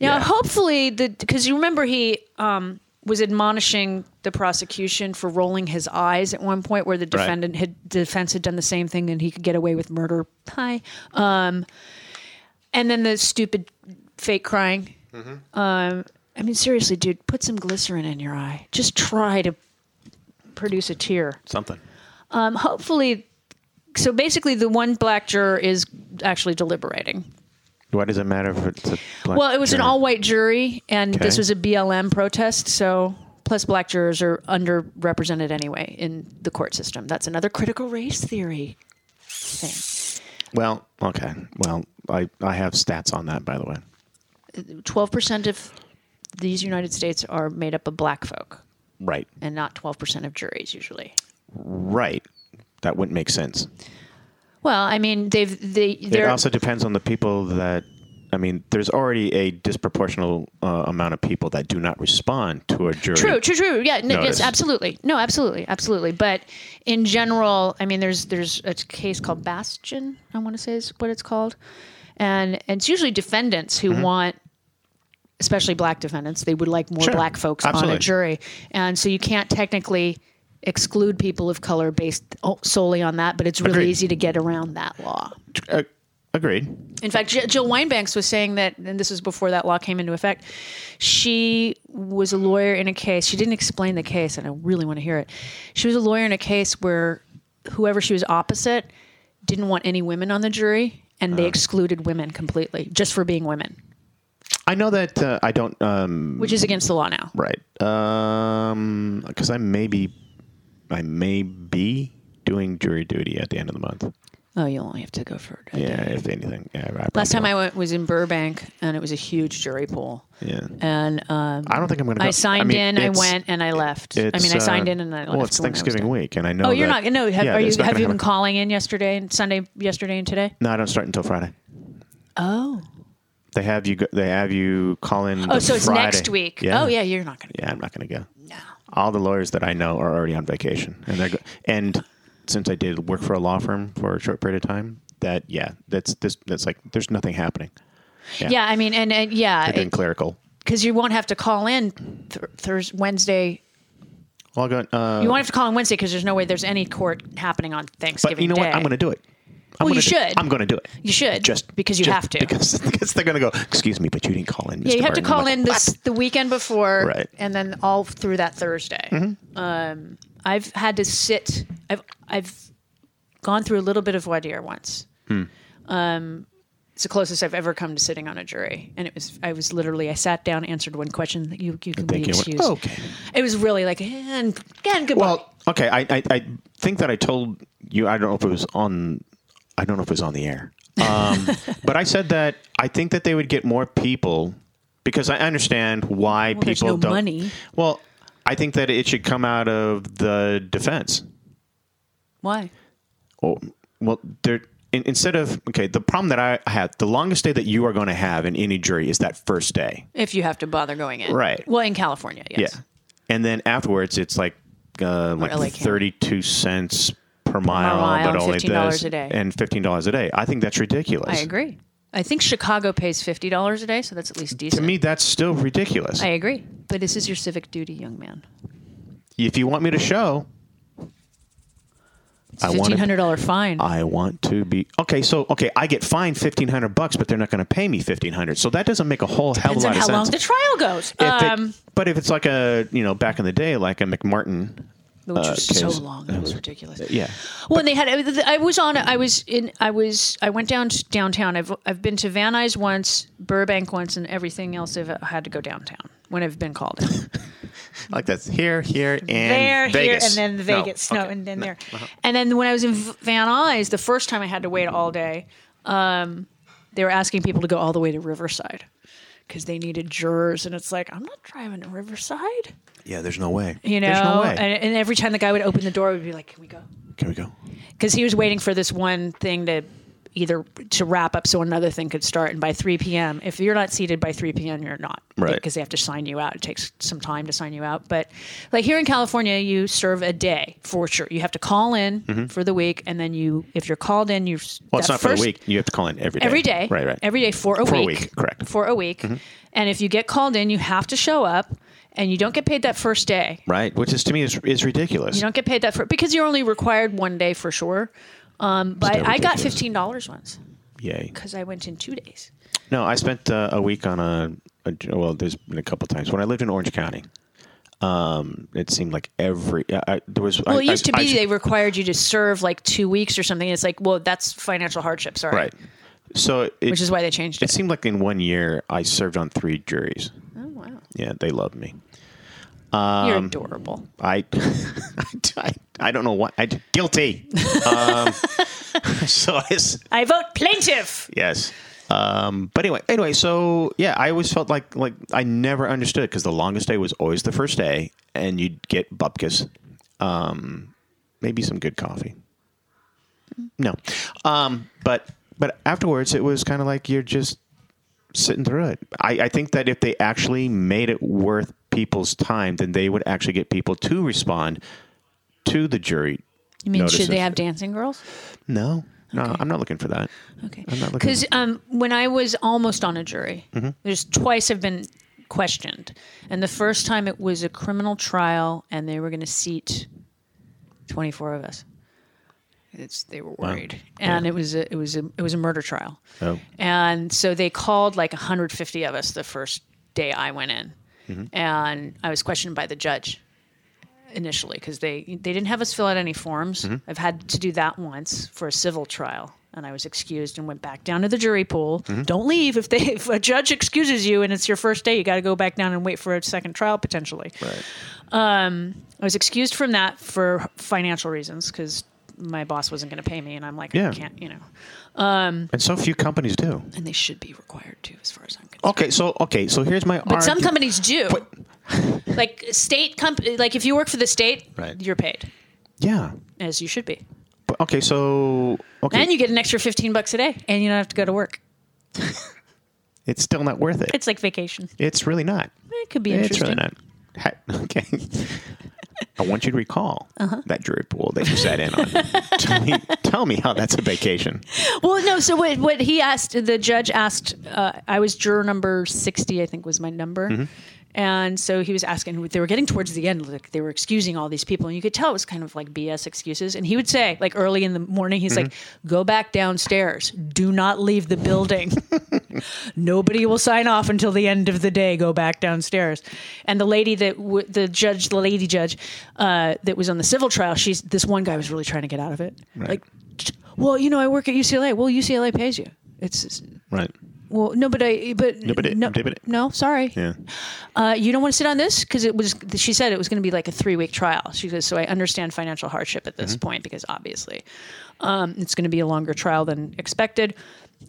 S1: Now,
S2: Yeah.
S1: hopefully, the because you remember he um, was admonishing the prosecution for rolling his eyes at one point, where the defendant had defense had done the same thing, and he could get away with murder. Hi, um, and then the stupid fake crying. Um, I mean, seriously, dude, put some glycerin in your eye. Just try to produce a tear.
S2: Something.
S1: Um, hopefully, so basically, the one black juror is actually deliberating.
S2: Why does it matter if it's a black
S1: Well, it was an
S2: juror?
S1: all white jury, and this
S2: Okay.
S1: was a BLM protest. So, plus black jurors are underrepresented anyway in the court system. That's another critical race theory thing.
S2: Well, okay. Well, I, I have stats on that by the way.
S1: 12% of these United States are made up of black folk
S2: Right.
S1: and not 12% of juries usually.
S2: Right. That wouldn't make sense.
S1: Well, I mean, they've, they,
S2: It
S1: they're,
S2: also depends on the people that. I mean, there's already a disproportional uh, amount of people that do not respond to a jury.
S1: True, true, true. Yeah, no,
S2: Notice.
S1: yes, absolutely. No, absolutely, absolutely. But in general, I mean, there's there's a case called Bastion. I want to say is what it's called, and, and it's usually defendants who
S2: Mm-hmm.
S1: want, especially black defendants, they would like more
S2: Sure.
S1: black folks on
S2: Absolutely.
S1: a jury, and so you can't technically exclude people of color based o- solely on that. But it's really
S2: Agreed.
S1: easy to get around that law.
S2: Uh, agreed.
S1: In fact, J- Jill Winebanks was saying that, and this was before that law came into effect, she was a lawyer in a case. She didn't explain the case, and I really want to hear it. She was a lawyer in a case where whoever she was opposite didn't want any women on the jury, and
S2: Uh-huh.
S1: they excluded women completely just for being women,
S2: I know that uh, I don't. Um,
S1: which is against the law now.
S2: right. Because I may be, I may be doing jury duty at the end of the month.
S1: Oh, you'll only have to go for it.
S2: Yeah, if anything. Yeah, I
S1: Last time I went was in Burbank, and it was a huge jury pool.
S2: Yeah.
S1: And um,
S2: I don't think I'm going to.
S1: I signed in, I went, and I left. I mean, I signed in and I left.
S2: Well, it's
S1: when I was
S2: Thanksgiving
S1: done.
S2: week, and I know.
S1: Oh, you're
S2: that-
S1: not. No, have,
S2: Yeah,
S1: are you,
S2: it's not
S1: have
S2: gonna
S1: you been
S2: happen.
S1: calling in yesterday and Sunday, yesterday and today?
S2: No, I don't start until Friday.
S1: Oh,
S2: They have you. go- They have you call in.
S1: oh,
S2: the
S1: so it's
S2: Friday.
S1: next week. Oh, yeah, you're not gonna.
S2: Yeah, I'm not going to go. No. All the lawyers that I know are already on vacation, and they're go- and since I did work for a law firm for a short period of time, that yeah, that's this that's like there's nothing happening.
S1: Yeah, I mean, and, and yeah,
S2: Being clerical.
S1: because you won't have to call in th- Thursday, Wednesday.
S2: Well, I'll go. Uh,
S1: You won't have to call in Wednesday because there's no way there's any court happening on
S2: but
S1: Thanksgiving
S2: you know what?
S1: Day.
S2: I'm going to do it. I'm
S1: Well,
S2: gonna
S1: you
S2: do-
S1: should.
S2: I'm going to do it.
S1: You should
S2: just
S1: because you
S2: just
S1: have to.
S2: because, because they're going to go. Excuse me, but you didn't call in. Mr.
S1: yeah, you have to
S2: Burton." I'm
S1: call
S2: like,
S1: in this the weekend before,
S2: Right. Mm-hmm.
S1: and then all through that Thursday. Um, I've had to sit. I've I've gone through a little bit of voir dire once. Um,
S2: Hmm.
S1: it's the closest I've ever come to sitting on a jury, and it was I was literally I sat down, answered one question. that You you can be
S2: Thank you. I went,
S1: excused.
S2: "Oh, okay.
S1: It was really like and and goodbye.
S2: Well, okay. I, I I think that I told you. I don't know if it was on. I don't know if it was on the air. Um, but I said that I think that they would get more people because I understand why
S1: there's no
S2: people don't.
S1: money.
S2: Well, I think that it should come out of the defense.
S1: Why?
S2: Well, well, there. In, instead of okay, the problem that I have, the longest day that you are going to have in any jury is that first day.
S1: If you have to bother going in,
S2: Right.
S1: Well, in California, yes.
S2: Yeah. And then afterwards, it's like uh, like
S1: LA County.
S2: thirty-two cents per mile,
S1: mile
S2: but
S1: and
S2: only
S1: $15
S2: this
S1: a day.
S2: and fifteen dollars a day. I think that's ridiculous.
S1: I agree. I think Chicago pays fifty dollars a day, so that's at least decent.
S2: To me, that's still ridiculous.
S1: I agree. But this is your civic duty, young man.
S2: if you want me to show, I want
S1: Fifteen
S2: to,
S1: hundred dollar fine.
S2: I want to be okay. So okay, I get fined fifteen hundred bucks, but they're not going to pay me fifteen hundred. So that doesn't make a whole hell of
S1: Depends
S2: a
S1: on
S2: lot
S1: how
S2: of
S1: long
S2: sense.
S1: the trial goes.
S2: If it-
S1: um,
S2: but if it's like a you know back in the day, like a McMartin,
S1: which was so
S2: uh, case-
S1: long, it was ridiculous.
S2: yeah.
S1: Well, and they had. I was on. I was in. I was. I went down to downtown. I've I've been to Van Nuys once, Burbank once, and everything else. I've had to go downtown when I've been called. in.
S2: Like that's here, here, and
S1: there, here,
S2: Vegas.
S1: and then the
S2: No, Uh-huh.
S1: Vegas. No,
S2: okay.
S1: and then there. And then when I was in V- Van Nuys, the first time I had to wait all day, um, they were asking people to go all the way to Riverside because they needed jurors, and it's like I'm not driving to Riverside,
S2: Yeah, there's no way.
S1: you know.
S2: there's no way.
S1: And, and every time the guy would open the door, we'd be like, "Can we go?"
S2: Can we go?
S1: Because he was waiting for this one thing to. either to wrap up so another thing could start. And by 3 p.m., if you're not seated by 3 p.m., you're not.
S2: Right.
S1: Because they have to sign you out. It takes some time to sign you out. But like here in California, you serve a day for sure. You have to call in for the week. And then you, if you're called in, you.
S2: Mm-hmm. Well, it's not for the week. You have to call in every day.
S1: Every day.
S2: Right, right.
S1: Every day for a
S2: For a
S1: week.
S2: week, correct. Mm-hmm.
S1: For a week. And if you get called in, you have to show up and you don't get paid that first day.
S2: right, which is to me is, is ridiculous.
S1: You don't get paid that for because you're only required one day for sure. Um, but
S2: Still
S1: I got
S2: ridiculous.
S1: fifteen dollars once
S2: Yay.
S1: because I went in two days.
S2: No, I spent uh, a week on a, a well. There's been a couple times when I lived in Orange County. Um, it seemed like every uh, I, I, there was.
S1: Well,
S2: I,
S1: it used to
S2: I-
S1: be
S2: I-
S1: they required you to serve like two weeks or something. It's like, well, that's financial hardship. Sorry,
S2: right. So it,
S1: Which is why they changed
S2: it
S1: it.
S2: seemed like in one year I served on three juries.
S1: Oh wow,
S2: Yeah, they loved me.
S1: you're
S2: um,
S1: adorable.
S2: I, I, I don't know what I guilty. Um, so it's
S1: I vote plaintiff.
S2: yes. Um, but anyway, anyway, so yeah, I always felt like like I never understood because the longest day was always the first day, and you'd get bupkis, um, maybe some good coffee. No, um, but but afterwards it was kind of like you're just sitting through it. I, I think that if they actually made it worth people's time, then they would actually get people to respond to the jury.
S1: You mean
S2: notices.
S1: should they have dancing girls?
S2: No, no, I'm not looking for that.
S1: Okay.
S2: not looking- Mm-hmm.
S1: Because um, when I was almost on a jury, there's twice I've been questioned, and the first time it was a criminal trial, and they were going to seat 24 of us. It's, they were worried, and it was a, it was a, it was a murder trial,
S2: Oh.
S1: and so they called like 150 of us the first day I went in, and I was questioned by the judge initially because they they didn't have us fill out any forms.
S2: Mm-hmm.
S1: I've had to do that once for a civil trial, and I was excused and went back down to the jury pool.
S2: Mm-hmm.
S1: Don't leave if they if a judge excuses you and it's your first day, you got to go back down and wait for a second trial potentially. Um,
S2: Right.
S1: I was excused from that for financial reasons because my boss wasn't going to pay me, and I'm like,
S2: Yeah.
S1: I can't, you know.
S2: And so few companies do.
S1: And they should be required to, as far as I'm concerned.
S2: Okay, so okay, so here's my.
S1: But some companies do, like state company. Like if you work for the state,
S2: Right.
S1: you're paid
S2: Yeah.
S1: as you should be.
S2: But, okay, so okay,
S1: And you get an extra 15 bucks a day and you don't have to go to work.
S2: it's still not worth it. It's,
S1: It's like vacation.
S2: really not.
S1: It could be
S2: It's
S1: interesting.
S2: really not. Ha- Okay. I want you to recall
S1: Uh-huh.
S2: that jury pool that you sat in on. tell, me, tell me how that's a vacation.
S1: Well, no, so what, what he asked, the judge asked, uh, I was juror number 60, I think was my number.
S2: Mm-hmm.
S1: And so he was asking, they were getting towards the end, like they were excusing all these people. And you could tell it was kind of like BS excuses. And he would say, like early in the morning, he's
S2: Mm-hmm.
S1: like, go back downstairs. Do not leave the building. Nobody will sign off until the end of the day. Go back downstairs. And the lady that w- the judge, the lady judge uh, that was on the civil trial, she's this one guy was really trying to get out of it. Like, well, you know, I work at UCLA. Well, UCLA pays you. It's it's-
S2: Right.
S1: well, no, but I but no,
S2: but it-
S1: no,
S2: but it-
S1: sorry.
S2: Yeah.
S1: Uh, you don't want to sit on this because it was. She said it was going to be like a three week trial. She goes, so I understand financial hardship at
S2: Mm-hmm.
S1: this point because obviously, um, it's going to be a longer trial than expected,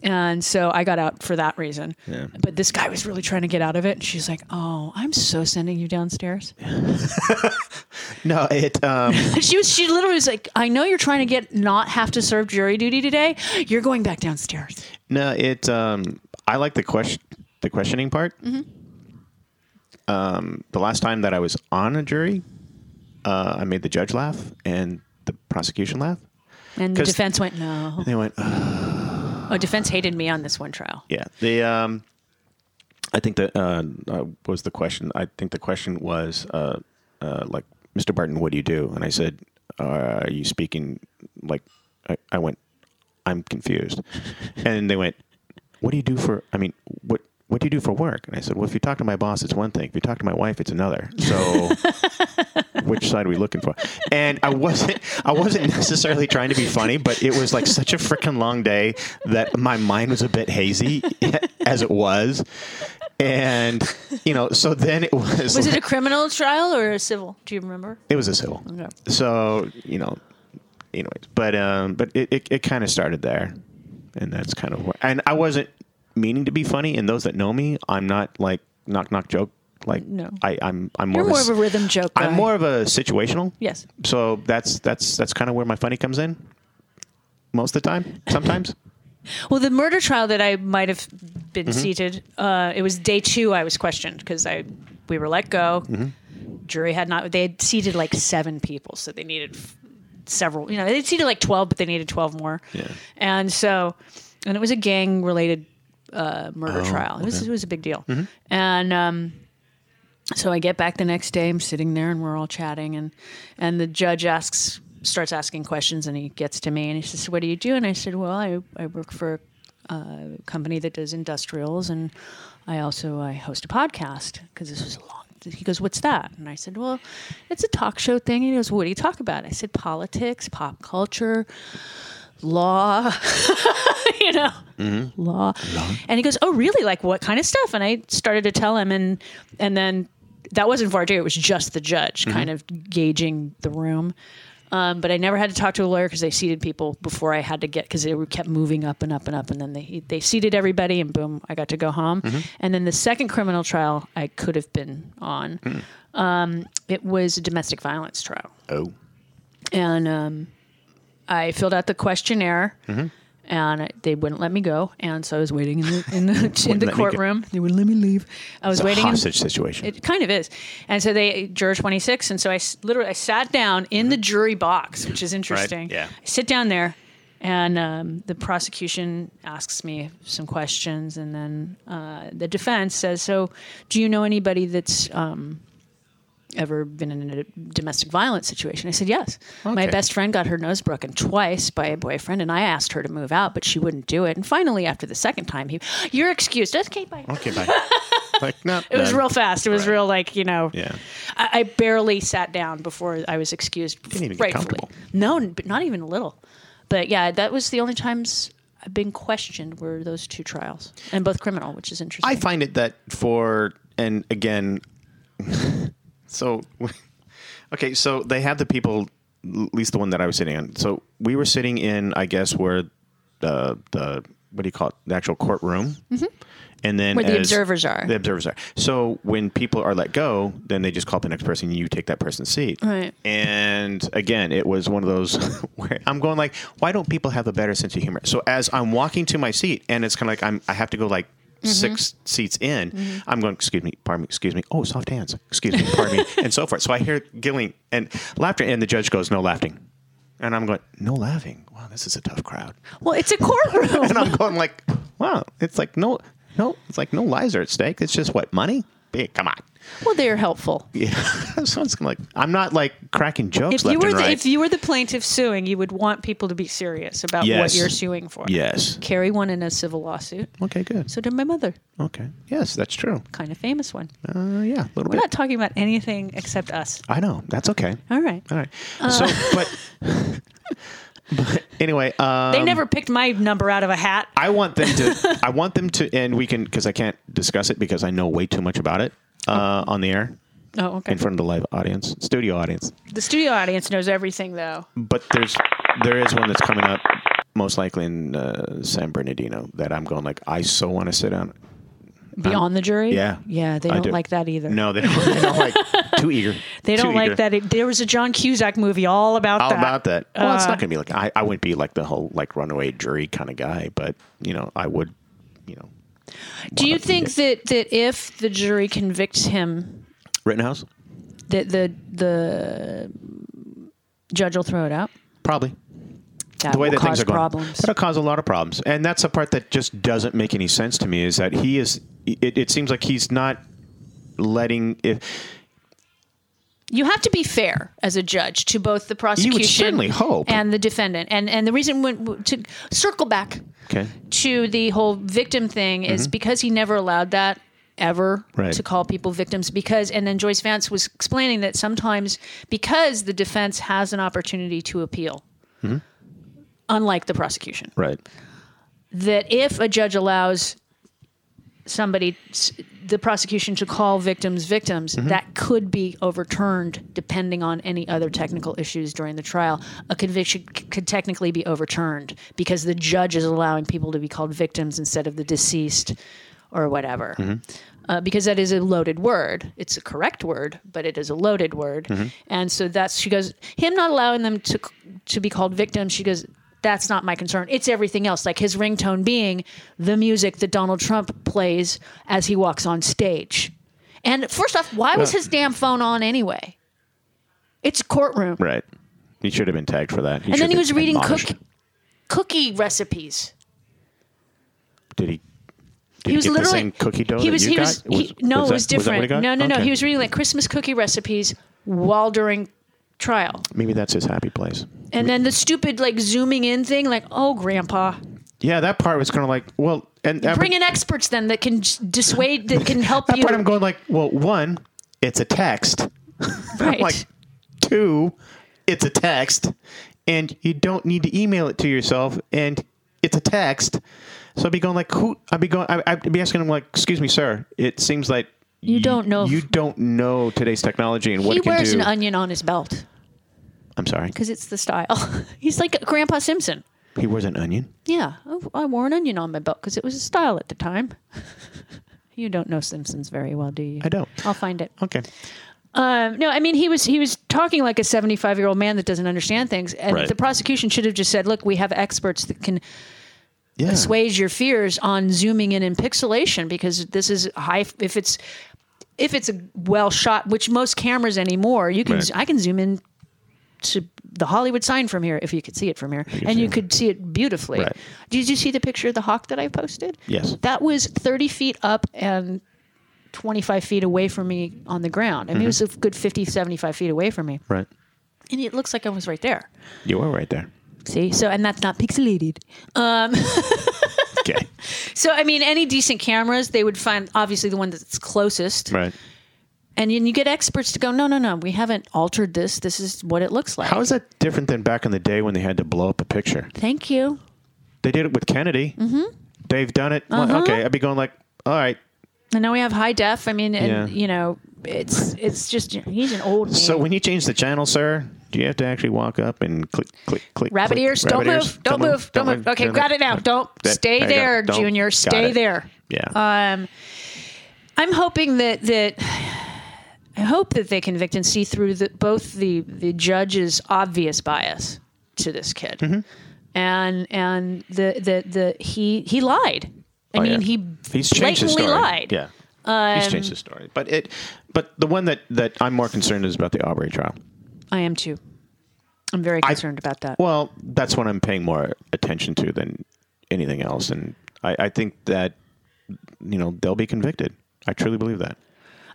S1: and so I got out for that reason.
S2: Yeah.
S1: But this guy was really trying to get out of it, and she's like, "Oh, I'm so sending you downstairs."
S2: No, it. Um,
S1: she was. She literally was like, "I know you're trying to get not have to serve jury duty today. You're going back downstairs."
S2: no, it. Um, I like the question, the questioning part.
S1: Mm-hmm.
S2: Um, the last time that I was on a jury, uh, I made the judge laugh and the prosecution laugh.
S1: And the
S2: 'Cause-
S1: defense went, "No."
S2: They went,
S1: Oh, defense hated me on this one trial.
S2: Yeah. The um, I think that uh, uh, was the question. I think the question was uh, uh, like, Mr. Barton, what do you do? And I said, "Uh, Are you speaking? Like, I, I went, I'm confused. and they went, What do you do for? I mean, what? What do you do for work? And I said, Well, if you talk to my boss, it's one thing. If you talk to my wife, it's another. So, which side are we looking for? And I wasn't, I wasn't necessarily trying to be funny, but it was like such a freaking long day that my mind was a bit hazy as it was, and you know, so then it was.
S1: Was
S2: like-
S1: it a criminal trial or a civil? Do you remember?
S2: it was a civil.
S1: Okay.
S2: So you know, anyways, but um, but it it, it kind of started there, and that's kind of where. And I wasn't meaning to be funny. And those that know me, I'm not like knock knock joke. Like
S1: No.
S2: I I'm I'm more,
S1: You're more
S2: s-
S1: of a rhythm joke guy.
S2: I'm more of a situational.
S1: Yes.
S2: So that's that's that's kind of where my funny comes in. Most of the time, sometimes.
S1: Well, the murder trial that I might have
S2: Mm-hmm.
S1: been seated, uh, it was day two. I was questioned because I we were let go.
S2: Mm-hmm.
S1: Jury had not. They had seated like seven people, so they needed f- several. You know, they seated like twelve, but they needed twelve more.
S2: Yeah.
S1: And so, and it was a gang related uh, murder
S2: Oh,
S1: trial. It was it was a big deal.
S2: Mm-hmm.
S1: And um, so I get back the next day. I'm sitting there, and we're all chatting, and and the judge asks, starts asking questions, and he gets to me, and he says, "What do you do?" And I said, "Well, I I work for a company that does industrials, and I also I host a podcast because this was a long." He goes, "What's that?" And I said, "Well, it's a talk show thing." And he goes, "What do you talk about?" I said, "Politics, pop culture." Law, you know, law. And he goes, "Oh, really? Like what kind of stuff?" And I started to tell him, and and then that wasn't Vardir; it was just the judge, kind of gauging the room. Um, but I never had to talk to a lawyer because they seated people before I had to get because they were- kept moving up and up and up, and then they they seated everybody, and boom, I got to go home. And then the second criminal trial I could have been on, um, it was a domestic violence trial
S2: Oh.
S1: and um, I filled out the questionnaire,
S2: Mm-hmm.
S1: and they wouldn't let me go. And so I was waiting in the in the, in
S2: let me
S1: the
S2: go.
S1: courtroom. They wouldn't let me leave. I was
S2: It's a
S1: waiting. in-
S2: hostage situation.
S1: it kind of is, and so they juror twenty six, and so I s- literally I sat down in the jury box, which is interesting.
S2: Mm-hmm. yeah.
S1: I sit down there, and um, the prosecution asks me some questions, and then uh, the defense says, "So, do you know anybody that's um, ever been in a domestic violence situation?" I said, "Yes. My
S2: Okay.
S1: best friend got her nose broken twice by a boyfriend, and I asked her to move out, but she wouldn't do it. And finally, after the second time, he, you're excused. Okay, bye."
S2: okay, bye. like, no.
S1: It was real fast. It was
S2: Right.
S1: real, like you know.
S2: Yeah.
S1: I, I barely sat down before I was excused.
S2: Didn't even get
S1: rightfully.
S2: comfortable.
S1: No, n- but not even a little. But yeah, that was the only times I've been questioned were those two trials, and both criminal, which is interesting.
S2: I find it that for and again, so okay, so they have the people, at least the one that I was sitting in. So we were sitting in, I guess, where the the what do you call it, the actual courtroom, and
S1: Mm-hmm.
S2: then
S1: Where the
S2: as-
S1: observers are.
S2: The observers are. So when people are let go, then they just call up the next person. You take that person's seat.
S1: Right.
S2: And again, it was one of those where I'm going like, why don't people have a better sense of humor? So as I'm walking to my seat, and it's kind of like I'm, I have to go like six seats in. I'm going, excuse me, pardon me, excuse me. Oh, soft hands, excuse me, pardon me, and so forth. So I hear giggling and laughter, and the judge goes, no laughing, and I'm going, no laughing. Wow, this is a tough crowd.
S1: well, it's a courtroom.
S2: And I'm going like, wow, it's like no, no, it's like no lies are at stake. It's just what money. Yeah, come on.
S1: well, they're helpful.
S2: Yeah, so it's like I'm not like cracking jokes
S1: If
S2: left
S1: you were
S2: and
S1: the,
S2: right.
S1: if you were the plaintiff suing, you would want people to be serious about what
S2: Yes.
S1: you're suing for.
S2: yes.
S1: Carrie won in a civil lawsuit.
S2: Okay, good.
S1: So did my mother,
S2: Okay. Yes, that's true.
S1: kind of famous one.
S2: Uh, yeah, a little
S1: We're
S2: bit.
S1: not talking about anything except us.
S2: I know. That's okay.
S1: All right. Uh,
S2: All right. So, but, but anyway, um,
S1: They never picked my number out of a hat.
S2: I want them to. I want them to, and we can because I can't discuss it because I know way too much about it uh, on the air
S1: Oh, okay.
S2: in front of the live audience, studio audience.
S1: The studio audience knows everything, though.
S2: But there's there is one that's coming up most likely in uh, San Bernardino that I'm going like I so want to sit down.
S1: Beyond the jury?
S2: Yeah.
S1: Yeah, they
S2: I
S1: don't
S2: do.
S1: like that either.
S2: No, they don't, they don't like too eager.
S1: They don't
S2: Too
S1: like
S2: eager.
S1: that. It, there was a John Cusack movie all about
S2: all
S1: that.
S2: about that. Well, it's
S1: Uh,
S2: not going to be like I, I wouldn't be like the whole like runaway jury kind of guy, but you know, I would, you know,
S1: Do you
S2: wanna
S1: think
S2: be
S1: that, that if the jury convicts him,
S2: Rittenhouse
S1: that the the judge will throw it out?
S2: probably
S1: That
S2: the way
S1: will
S2: that
S1: cause
S2: things are going.
S1: problems.
S2: That'll cause a lot of problems, and that's the part that just doesn't make any sense to me. Is that he is? It, it seems like he's not letting if
S1: you have to be fair as a judge to both the prosecution
S2: certainly hope.
S1: and the defendant. And and the reason when, to circle back
S2: okay.
S1: to the whole victim thing is because he never allowed that ever
S2: Right.
S1: to call people victims because and then Joyce Vance was explaining that sometimes because the defense has an opportunity to appeal unlike the prosecution
S2: Right.
S1: that if a judge allows somebody s- the prosecution to call victims victims that could be overturned depending on any other technical issues during the trial a conviction c- could technically be overturned because the judge is allowing people to be called victims instead of the deceased or whatever uh, because that is a loaded word it's a correct word but it is a
S2: Mm-hmm.
S1: loaded word and so that's she goes him not allowing them to c- to be called victims she goes That's not my concern. It's everything else, like his ringtone being the music that Donald Trump plays as he walks on stage. And first off, why was his damn phone on anyway? It's a courtroom.
S2: Right. He should have been tagged for
S1: And
S2: that. should
S1: then he
S2: have
S1: was
S2: been
S1: reading
S2: admonished.
S1: cook, cookie recipes.
S2: Did he? Did
S1: he was
S2: get the
S1: literally
S2: same cookie dough.
S1: He
S2: that
S1: was.
S2: you
S1: He
S2: got?
S1: was. he- no, it
S2: that-
S1: was
S2: that what
S1: different.
S2: he got?
S1: no, no, no.
S2: Okay.
S1: He was reading like Christmas cookie recipes while during trial,
S2: Maybe that's his happy place.
S1: and then the stupid like zooming in thing, like, oh, grandpa,
S2: Yeah, that part was kind of like, well, and that,
S1: bring in experts then that can j- dissuade, that can help
S2: that
S1: you.
S2: part I'm going like, well, one, it's a text.
S1: right.
S2: Like, two, it's a text, and you don't need to email it to yourself, and it's a text. So I'd be going like, who? I'd be going. I, I'd be asking him like, excuse me, sir. It seems like
S1: You don't know if-
S2: You don't know today's technology and what
S1: he
S2: it can
S1: wears
S2: do.
S1: an onion on his belt
S2: I'm sorry.
S1: because it's the style. He's like Grandpa Simpson.
S2: He wears an onion.
S1: Yeah, oh, I, I wore an onion on my belt because it was a style at the time. you don't know Simpsons very well, do you?
S2: I don't.
S1: I'll find it.
S2: Okay.
S1: Um, no, I mean he was he was talking like a seventy five year old man that doesn't understand things, and
S2: Right.
S1: the prosecution should have just said, "Look, we have experts that can
S2: Yeah.
S1: assuage your fears on zooming in and pixelation because this is high. If it's if it's a well shot, which most cameras anymore, you can
S2: Right.
S1: I can zoom in to the Hollywood sign from here if you could see it from here, and
S2: see
S1: you
S2: it.
S1: could see it beautifully.
S2: Right.
S1: Did you see the picture of the hawk that I posted?
S2: Yes.
S1: that was thirty feet up and 25 feet away from me on the ground. I mean,
S2: Mm-hmm.
S1: it was a good 50, 75 feet away from me.
S2: Right.
S1: And it looks like I was right there.
S2: You are right there.
S1: See? So, and that's not pixelated.
S2: Okay.
S1: So, I mean, any decent cameras, they would find obviously the one that's closest.
S2: right.
S1: And then you get experts to go, no, no, no, we haven't altered this. This is what it looks like.
S2: How is that different than back in the day when they had to blow up a picture?
S1: Thank you.
S2: They did it with Kennedy. Mm-hmm. They've done it. Well,
S1: Uh-huh.
S2: Okay, I'd be going like, all right.
S1: And now we have high def. I mean, and,
S2: Yeah.
S1: you know, it's it's just, he's an old man.
S2: So when you change the channel, sir, do you have to actually walk up and click, click, click?
S1: Rabbit
S2: click,
S1: ears, don't,
S2: rabbit
S1: move,
S2: ears?
S1: don't move, don't move. Okay,
S2: Turn
S1: got
S2: that-
S1: it now. Don't
S2: that-
S1: stay
S2: you go.
S1: there,
S2: Don't-
S1: Junior.
S2: got
S1: Stay
S2: it.
S1: there.
S2: Yeah.
S1: Um, I'm hoping that that I hope that they convict and see through the, both the the judge's obvious bias to this kid,
S2: Mm-hmm.
S1: and and the the the he he lied. I
S2: Oh,
S1: mean,
S2: yeah.
S1: he
S2: He's changed his
S1: blatantly
S2: story.
S1: lied. Um,
S2: Yeah. He's changed his story. But it, but the one that, that I'm more concerned is about the Aubrey trial.
S1: I am too. I'm very concerned about that.
S2: Well, that's what I'm paying more attention to than anything else, and I, I think that you know they'll be convicted. I truly believe that.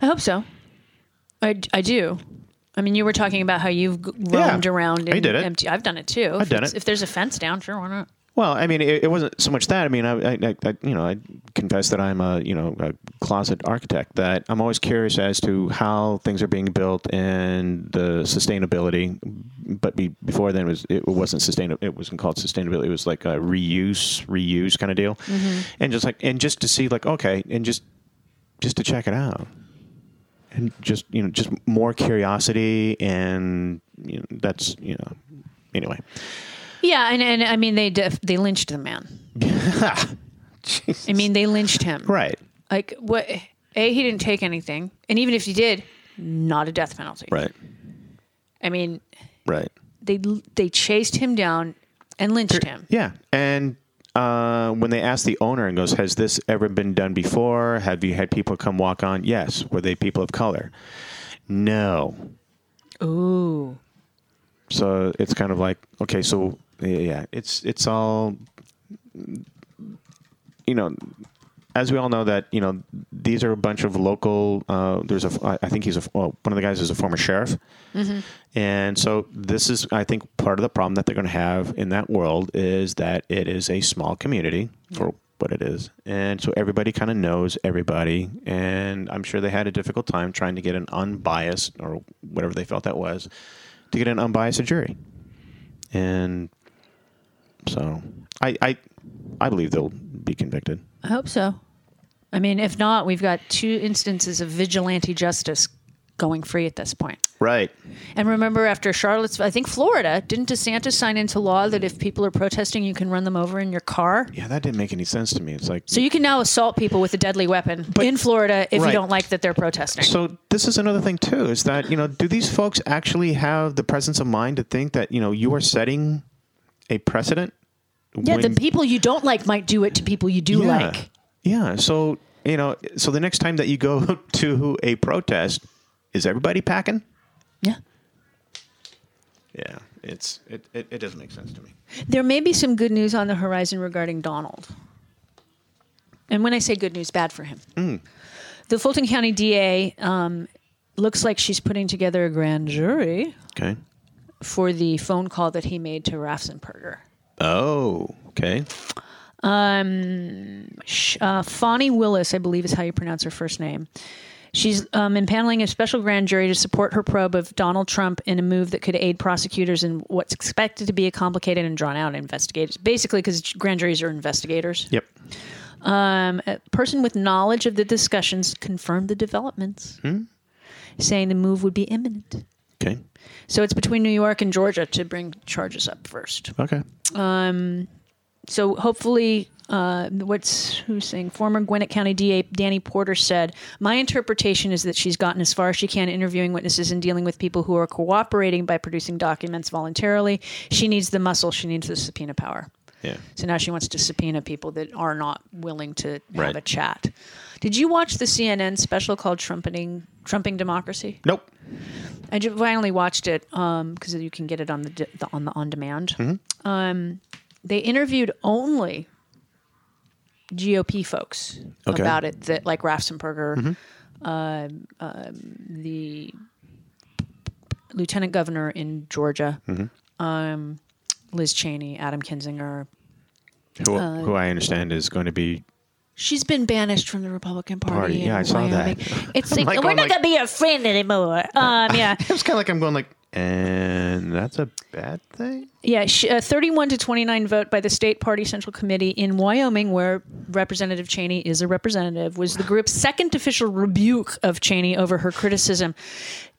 S1: I hope so. I, I do. I mean, you were talking about how you've g-
S2: Yeah,
S1: roamed around.
S2: I
S1: in
S2: did it.
S1: Empty. I've done it too. I've if
S2: done
S1: it's-
S2: it.
S1: If there's a fence down, sure, why not?
S2: Well, I mean, it, it wasn't so much that. I mean, I, I, I- I, you know, I confess that I'm a, you know, a closet architect. That I'm always curious as to how things are being built and the sustainability. But be, before then, it was it wasn't sustainable. It wasn't called sustainability. It was like a reuse, reuse kind of deal. And just like, and just to see, like, okay, and just, just to check it out, and just you know, just more curiosity, and you know, that's you know, anyway.
S1: Yeah, and, and I mean, they def- they lynched the man. I mean, they lynched him.
S2: Right.
S1: Like what? A, he didn't take anything, and even if he did, not a death penalty.
S2: Right.
S1: I mean,
S2: Right.
S1: they they chased him down and lynched him.
S2: Yeah, and uh, when they ask the owner and goes, "Has this ever been done before? Have you had people come walk on?" Yes. Were they people of color? No.
S1: Ooh.
S2: So it's kind of like okay, so yeah, yeah, it's it's all you know. As we all know, that you know, these are a bunch of local. Uh, there's a, I- I think he's a, well, one of the guys is a former sheriff, and so this is, I think, part of the problem that they're going to have in that world is that it is a small community for what it is, and so everybody kind of knows everybody, and I'm sure they had a difficult time trying to get an unbiased or whatever they felt that was to get an unbiased jury. And so I I I believe they'll be convicted.
S1: I hope so. I mean, if not, we've got two instances of vigilante justice going free at this point.
S2: Right.
S1: And remember, after Charlotte's, I think Florida, didn't DeSantis sign into law that if people are protesting, you can run them over in your car?
S2: Yeah, that didn't make any sense to me. It's like
S1: So you can now assault people with a deadly weapon in Florida if you
S2: Right.
S1: don't like that they're protesting.
S2: so this is another thing too is that you know do these folks actually have the presence of mind to think that you know you are setting a precedent
S1: Yeah,
S2: when-
S1: the people you don't like might do it to people you do like.
S2: Yeah. So you know, so the next time that you go to a protest, is everybody packing?
S1: Yeah.
S2: Yeah, it's it, it, it doesn't make sense to me.
S1: There may be some good news on the horizon regarding Donald. And when I say good news, bad for him.
S2: Mm.
S1: The Fulton County DA um, looks like she's putting together a grand jury
S2: Okay.
S1: for the phone call that he made to Raffensperger.
S2: Oh, okay.
S1: Sh- Uh, Fonnie Willis, I believe, is how you pronounce her first name. She's um, impaneling a special grand jury to support her probe of Donald Trump in a move that could aid prosecutors in what's expected to be a complicated and drawn out investigation. Basically, because grand juries are investigators.
S2: Yep.
S1: Um, a person with knowledge of the discussions confirmed the developments, saying the move would be imminent.
S2: Okay.
S1: So it's between New York and Georgia to bring charges up first.
S2: Okay.
S1: So hopefully, uh, what's who's saying? Former Gwinnett County DA Danny Porter said, "My interpretation is that she's gotten as far as she can interviewing witnesses and dealing with people who are cooperating by producing documents voluntarily. She needs the muscle. She needs the subpoena power."
S2: Yeah.
S1: So now she wants to subpoena people that are not willing to have
S2: Right.
S1: a chat. Did you watch the CNN special called "Trumpeting Trumping Democracy"?
S2: Nope.
S1: I ju- finally watched it because you can get it on the, d- the on the on demand. Um,
S2: Mm-hmm.
S1: they interviewed only GOP folks
S2: Okay. Mm-hmm.
S1: about it, that like Raffensperger, um, um, the lieutenant governor in Georgia, um,
S2: Mm-hmm.
S1: Liz Cheney, Adam Kinzinger.
S2: Who,
S1: Uh,
S2: who I understand is going to be
S1: She's been banished from the Republican Party.
S2: Party. Yeah,
S1: in
S2: I saw that.
S1: Wyoming. It's like,
S2: like oh,
S1: we're
S2: going
S1: not gonna
S2: like-
S1: be a friend anymore. Um, yeah,
S2: It was kind of like I'm going like, and that's a bad thing.
S1: yeah. She, uh, Thirty-one to twenty-nine vote by the state party central committee in Wyoming, where Representative Cheney is a representative, was the group's second official rebuke of Cheney over her criticism.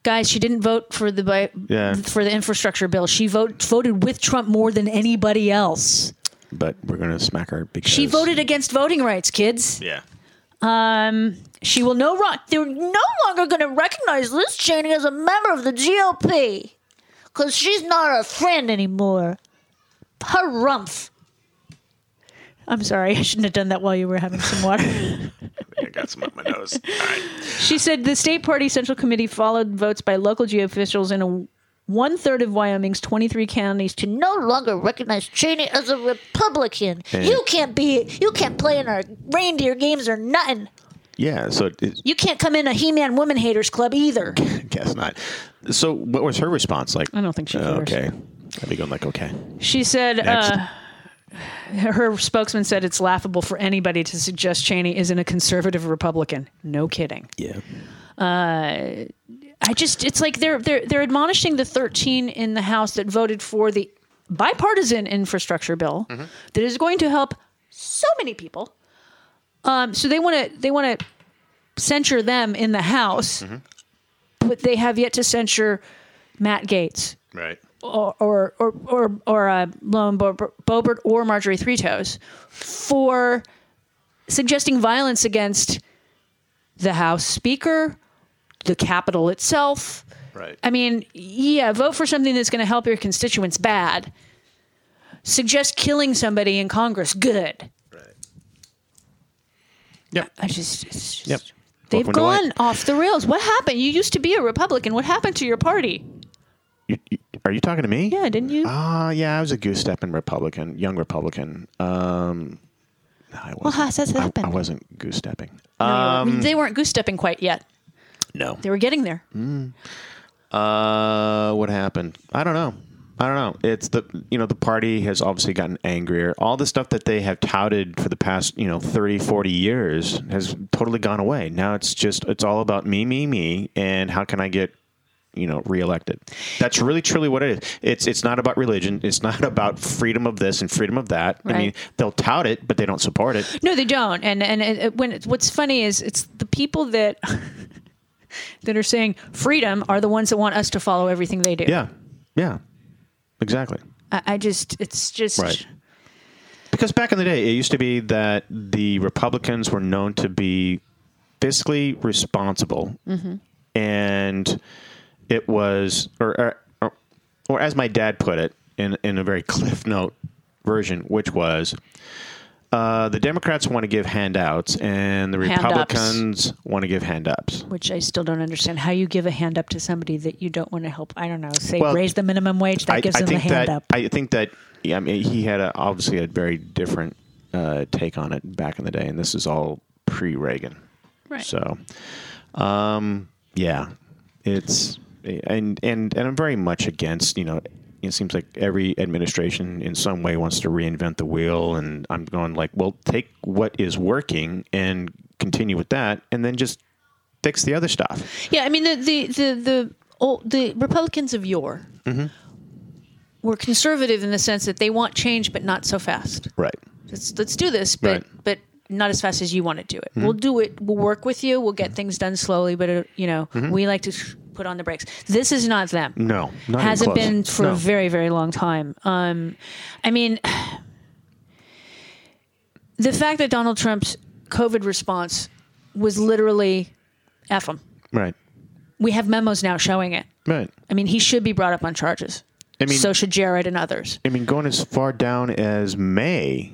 S1: Guys, she didn't vote for the bi-
S2: Yeah.
S1: for the infrastructure bill. She vote, voted with Trump more than anybody else.
S2: But we're gonna smack her because
S1: She voted against voting rights, kids.
S2: Yeah.
S1: Um, she will no ro- they're no longer going to recognize Liz Cheney as a member of the GOP because she's not our friend anymore. Harumph. I'm sorry, I shouldn't have done that while you were having some water.
S2: I got some up my nose.
S1: she said the state party central committee followed votes by local GOP officials in a one third of Wyoming's 23 counties to
S4: no longer recognize Cheney as a Republican.
S2: Yeah.
S4: You can't be, you can't play in our reindeer games or nothing.
S2: Yeah. So it,
S4: You can't come in a He-Man woman haters club either.
S2: guess not. So what was her response like? I
S1: don't think she cares.
S2: Okay. I'd be going like, okay.
S1: She said
S2: Next.
S1: uh, her spokesman said it's laughable for anybody to suggest Cheney isn't a conservative Republican. No kidding.
S2: Yeah.
S1: I just it's like they're they're they're admonishing the 13 in the House that voted for the bipartisan infrastructure bill that is going to help so many people. Um, so they want to they want to censure them in the House, but they have yet to censure Matt Gates
S2: Right.
S1: or or or or, or uh, Loan Bobert or Marjorie Three Toes for suggesting violence against the House Speaker, the Capitol itself.
S2: Right.
S1: I mean, yeah, vote for something that's going to help your constituents. Bad. Suggest killing somebody in Congress. Good.
S2: right. Yep.
S1: I just. It's just
S2: Yep.
S1: They've
S2: Welcome to life.
S1: gone off the rails. What happened? You used to be a Republican. What happened to your party?
S2: You, you- are you talking to me?
S1: Yeah, didn't you?
S2: Ah, yeah. I was a goose stepping Republican, young Republican. Um, no, I wasn't.
S4: how's that
S2: I-
S4: happened?
S2: I, wasn't goose stepping.
S1: No, you weren't.
S2: Um,
S1: they weren't goose stepping quite yet.
S2: No.
S1: They were getting there.
S2: Mm. Uh, what happened? I don't know. I don't know. It's the you know the party has obviously gotten angrier. All the stuff that they have touted for the past you know 30, 40 years has totally gone away. Now it's just it's all about me, me, me, and how can I get you know reelected? That's really truly what it is. It's it's not about religion. It's not about freedom of this and freedom of that. I mean,
S1: Right.
S2: they'll tout it, but they don't support it.
S1: No, they don't. And and it, when it's what's funny is it's the people that that are saying freedom are the ones that want us to follow everything they do.
S2: Yeah, yeah, exactly.
S1: I, I just it's just
S2: Right. Because back in the day, it used to be that the Republicans were known to be fiscally responsible,
S1: Mm-hmm.
S2: and it was, or, or, or as my dad put it in in a very cliff note version, which was uh, the Democrats want to give handouts and the
S1: Hand-ups.
S2: Republicans want to give hand ups.
S1: Which I still don't understand how you give a hand up to somebody that you don't want to help. I don't know. Say
S2: Well,
S1: raise the minimum wage that gives them a
S2: think
S1: hand
S2: that,
S1: up.
S2: I think that yeah, I mean, he had a, obviously a very different uh, take on it back in the day, and this is all pre Reagan.
S1: Right.
S2: So, um, yeah, it's and and and I'm very much against you know. It seems like every administration in some way wants to reinvent the wheel, and I'm going like, well, take what is working and continue with that, and then just fix the other stuff.
S1: Yeah, I mean the the the the, old, the Republicans of yore
S2: Mm-hmm.
S1: were conservative in the sense that they want change, but not so fast.
S2: Right.
S1: Let's let's do this, but
S2: Right. Mm-hmm.
S1: but not as fast as you want to do it. We'll do it. We'll work with you. We'll get things done slowly, but uh, you know we like to sh- put on the brakes. This is not them.
S2: No, Mm-hmm. not even
S1: hasn't
S2: close.
S1: been for a
S2: No.
S1: very very long time. Um, I mean, the fact that Donald Trump's COVID response was literally "f him."
S2: Right.
S1: we have memos now showing it.
S2: Right.
S1: I mean, he should be brought up on charges.
S2: I mean-
S1: so should Jared and others.
S2: I mean, going as far down as May,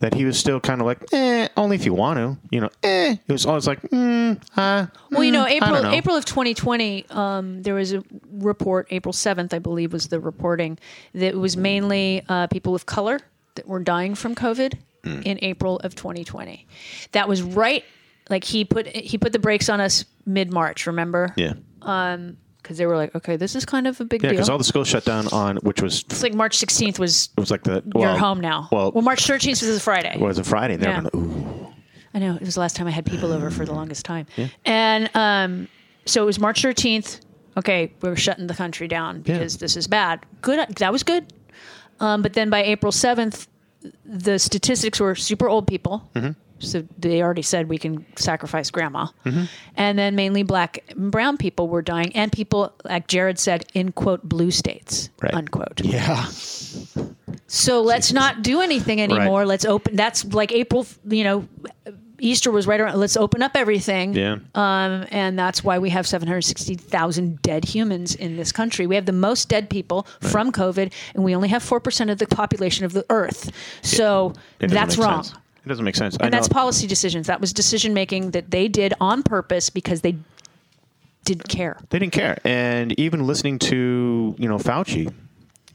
S2: that he was still kind of like, eh, only if you want to, you know, eh. It was always like, mm, uh,
S1: Well, you know,
S2: don't
S1: April
S2: know.
S1: April of 2020, um, there was a report. April 7th, I believe, was the reporting that was mainly uh, people of color that were dying from COVID
S2: Hmm.
S1: in April of 2020. That was right. Like he put he put the brakes on us mid March. Remember?
S2: yeah,
S1: Because they were like, okay, this is kind of a big
S2: yeah, because
S1: deal.
S2: all the schools shut down on, which was
S1: it's like March 16th was.
S2: it was like the well,
S1: You're home now.
S2: Well,
S1: well, March 13th was a Friday.
S2: it was a Friday. And they
S1: Yeah.
S2: were going, ooh,
S1: I know it was the last time I had people over for the longest time. And um, so it was March 13th. Okay, we're shutting the country down because this is bad. Good, that was good. Um, but then by April 7th, the statistics were super old people. So they already said we can sacrifice grandma. And then mainly black and brown people were dying, and people, like Jared said, in quote, blue states,
S2: Right.
S1: unquote.
S2: yeah,
S1: So let's not do anything anymore.
S2: Right.
S1: Let's open. That's like April. You know, Easter was right around. Let's open up everything.
S2: yeah,
S1: Um, and that's why we have 760,000 dead humans in this country. We have the most dead people from COVID, and we only have 4% of the population of the earth. So
S2: It doesn't
S1: that's
S2: make
S1: wrong.
S2: sense. It doesn't make sense.
S1: And that's policy decisions. That was decision making that they did on purpose because they didn't care.
S2: they didn't care, and even listening to you know Fauci,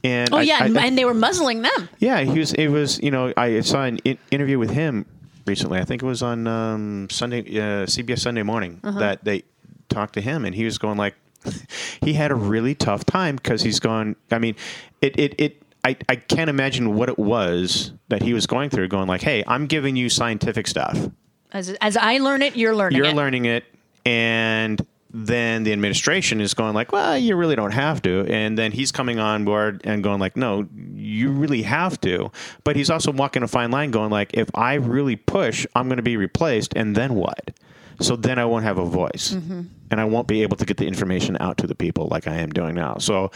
S2: and
S1: Oh,
S2: I-
S1: yeah.
S2: I-
S1: and,
S2: I-
S1: and they were muzzling them.
S2: Yeah, he was. It was. You know, I saw an in- interview with him recently. I think it was on um, Sunday, uh, CBS Sunday Morning, that they talked to him, and he was going like, he had a really tough time because he's gone. I mean, it, it, it. I, I can't imagine what it was that he was going through. Going like, hey, I'm giving you scientific stuff.
S1: As, as I learn it, you're learning
S2: You're
S1: it.
S2: learning it, and then the administration is going like, well, you really don't have to, and then he's coming on board and going like, no, you really have to. But he's also walking a fine line, going like, if I really push, I'm going to be replaced, and then what? So then I won't have a voice,
S1: Mm-hmm.
S2: and I won't be able to get the information out to the people like I am doing now. So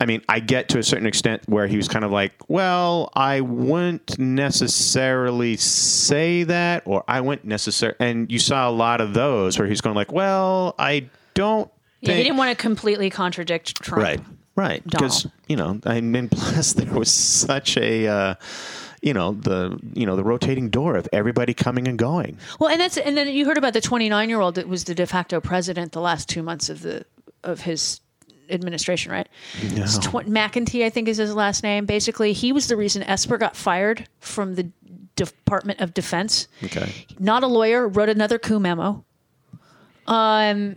S2: I mean, I get to a certain extent where he was kind of like, well, I wouldn't necessarily say that, or I wouldn't necessarily. And you saw a lot of those where he's going like, well, I don't.
S1: Yeah, he
S2: think-
S1: didn't want to completely contradict Trump.
S2: Right, right. Because
S1: Donald.
S2: you know, I mean, plus there was such a, uh, you know, the you know the rotating door of everybody coming and going.
S1: Well, and that's and then you heard about the 29 year old that was the de facto president the last two months of the of his administration, right? It's Tw- McEntee, I think, is his last name. Basically, he was the reason Esper got fired from the Department of Defense.
S2: Okay.
S1: Not a lawyer, wrote another coup memo. Um,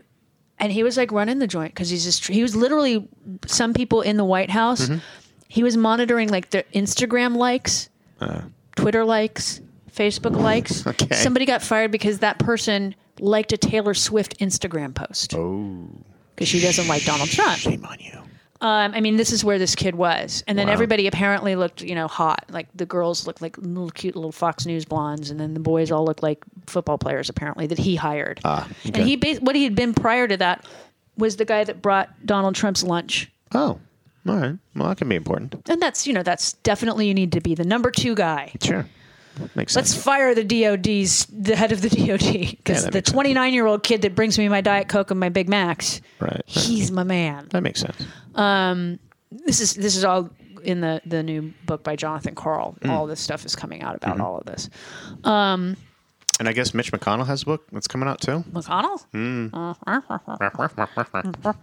S1: and he was like running the joint because he's just he was literally some people in the White House. He was monitoring like their Instagram likes, Twitter likes, Facebook likes.
S2: Okay.
S1: Somebody got fired because that person liked a Taylor Swift Instagram post. Oh. Because she doesn't like Donald Trump.
S2: Shame on you.
S1: Um, I mean, this is where this kid was, and then everybody apparently looked, you know, hot. Like the girls looked like little cute little Fox News blondes, and then the boys all looked like football players. Apparently, that he hired. Ah, And he, bas- what he had been prior to that, was the guy that brought Donald Trump's lunch,
S2: Oh, all right. Well, that can be important.
S1: and that's, you know, that's definitely you need to be the number two guy.
S2: Sure, makes sense.
S1: Let's fire the DOD's the head of the DOD
S2: Yeah,
S1: because
S2: that
S1: the
S2: makes sense.
S1: 29 year old kid that brings me my Diet Coke and my Big Macs,
S2: right. right.
S1: he's my man.
S2: That makes sense.
S1: this is this is all in the the new book by Jonathan Carl.
S2: Mm.
S1: All this stuff is coming out about
S2: Mm-hmm.
S1: all of this.
S2: And I guess Mitch McConnell has a book that's coming out too.
S1: McConnell.
S2: Mm.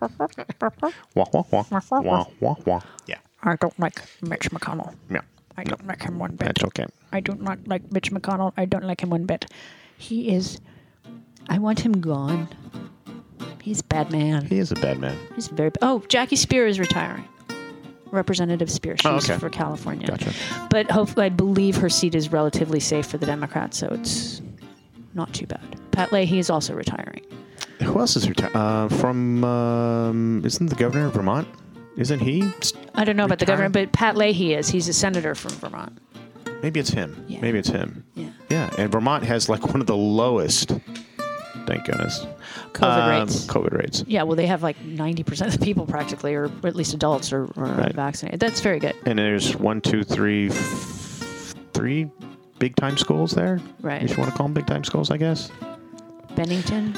S2: Wah, wah, wah. Wah, wah, wah. Yeah.
S1: I don't like Mitch McConnell.
S2: Yeah.
S1: I don't like him one bit.
S2: That's okay.
S1: I do not like Mitch McConnell. I don't like him one bit. He is. I want him gone. He's a bad man.
S2: He is a bad man.
S1: He's very. Oh, Jackie Spear is retiring. Representative Spear. She's
S2: Oh, okay.
S1: for California.
S2: Gotcha.
S1: But hopefully, I believe her seat is relatively safe for the Democrats, so it's not too bad. Pat Leahy is also retiring.
S2: Who else is retired? Uh, from, um, isn't the governor of Vermont? Isn't he?
S1: I don't know about the governor,
S2: Retiring?
S1: but Pat Leahy is. He's a senator from Vermont.
S2: Maybe it's him.
S1: Yeah.
S2: Maybe it's him.
S1: Yeah.
S2: Yeah. And Vermont has like one of the lowest, thank goodness,
S1: COVID
S2: um,
S1: rates.
S2: COVID rates.
S1: Yeah, well, they have like 90% of the people practically, or at least adults, are, are
S2: Right.
S1: vaccinated. That's very good.
S2: And there's one, two, three, f- three big time schools there.
S1: Right.
S2: If you want to call them big time schools, I guess.
S1: Bennington,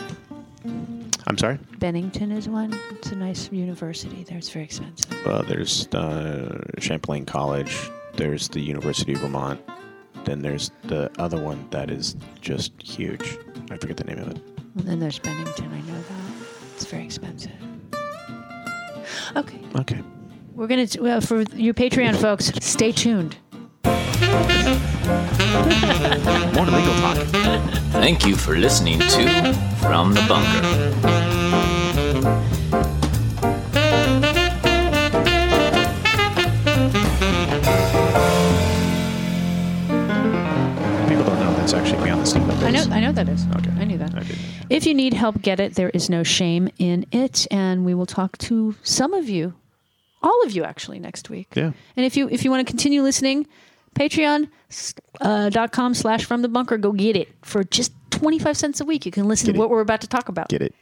S2: I'm sorry.
S1: Bennington is one. It's a nice university there. It's very expensive.
S2: Uh, there's uh, Champlain College. There's the University of Vermont. Then there's the other one that is just huge. I forget the name of it.
S1: And then there's Bennington. I know that. It's very expensive. Okay,
S2: Okay.
S1: we're gonna t- well, for you Patreon folks. Stay tuned.
S2: More legal talk.
S3: Thank you for listening to From the Bunker.
S2: People don't know that's actually beyond the state.
S1: I know. I know that is.
S2: Okay.
S1: I knew that.
S2: I did.
S1: If you need help, get it. There is no shame in it, and we will talk to some of you, all of you actually, next week.
S2: Yeah.
S1: And if you if you want to continue listening, Patreon uh, dot com slash from the bunker. Go get it for just twenty five cents a week. You can listen
S2: Get
S1: to
S2: it.
S1: what we're about to talk about.
S2: Get it.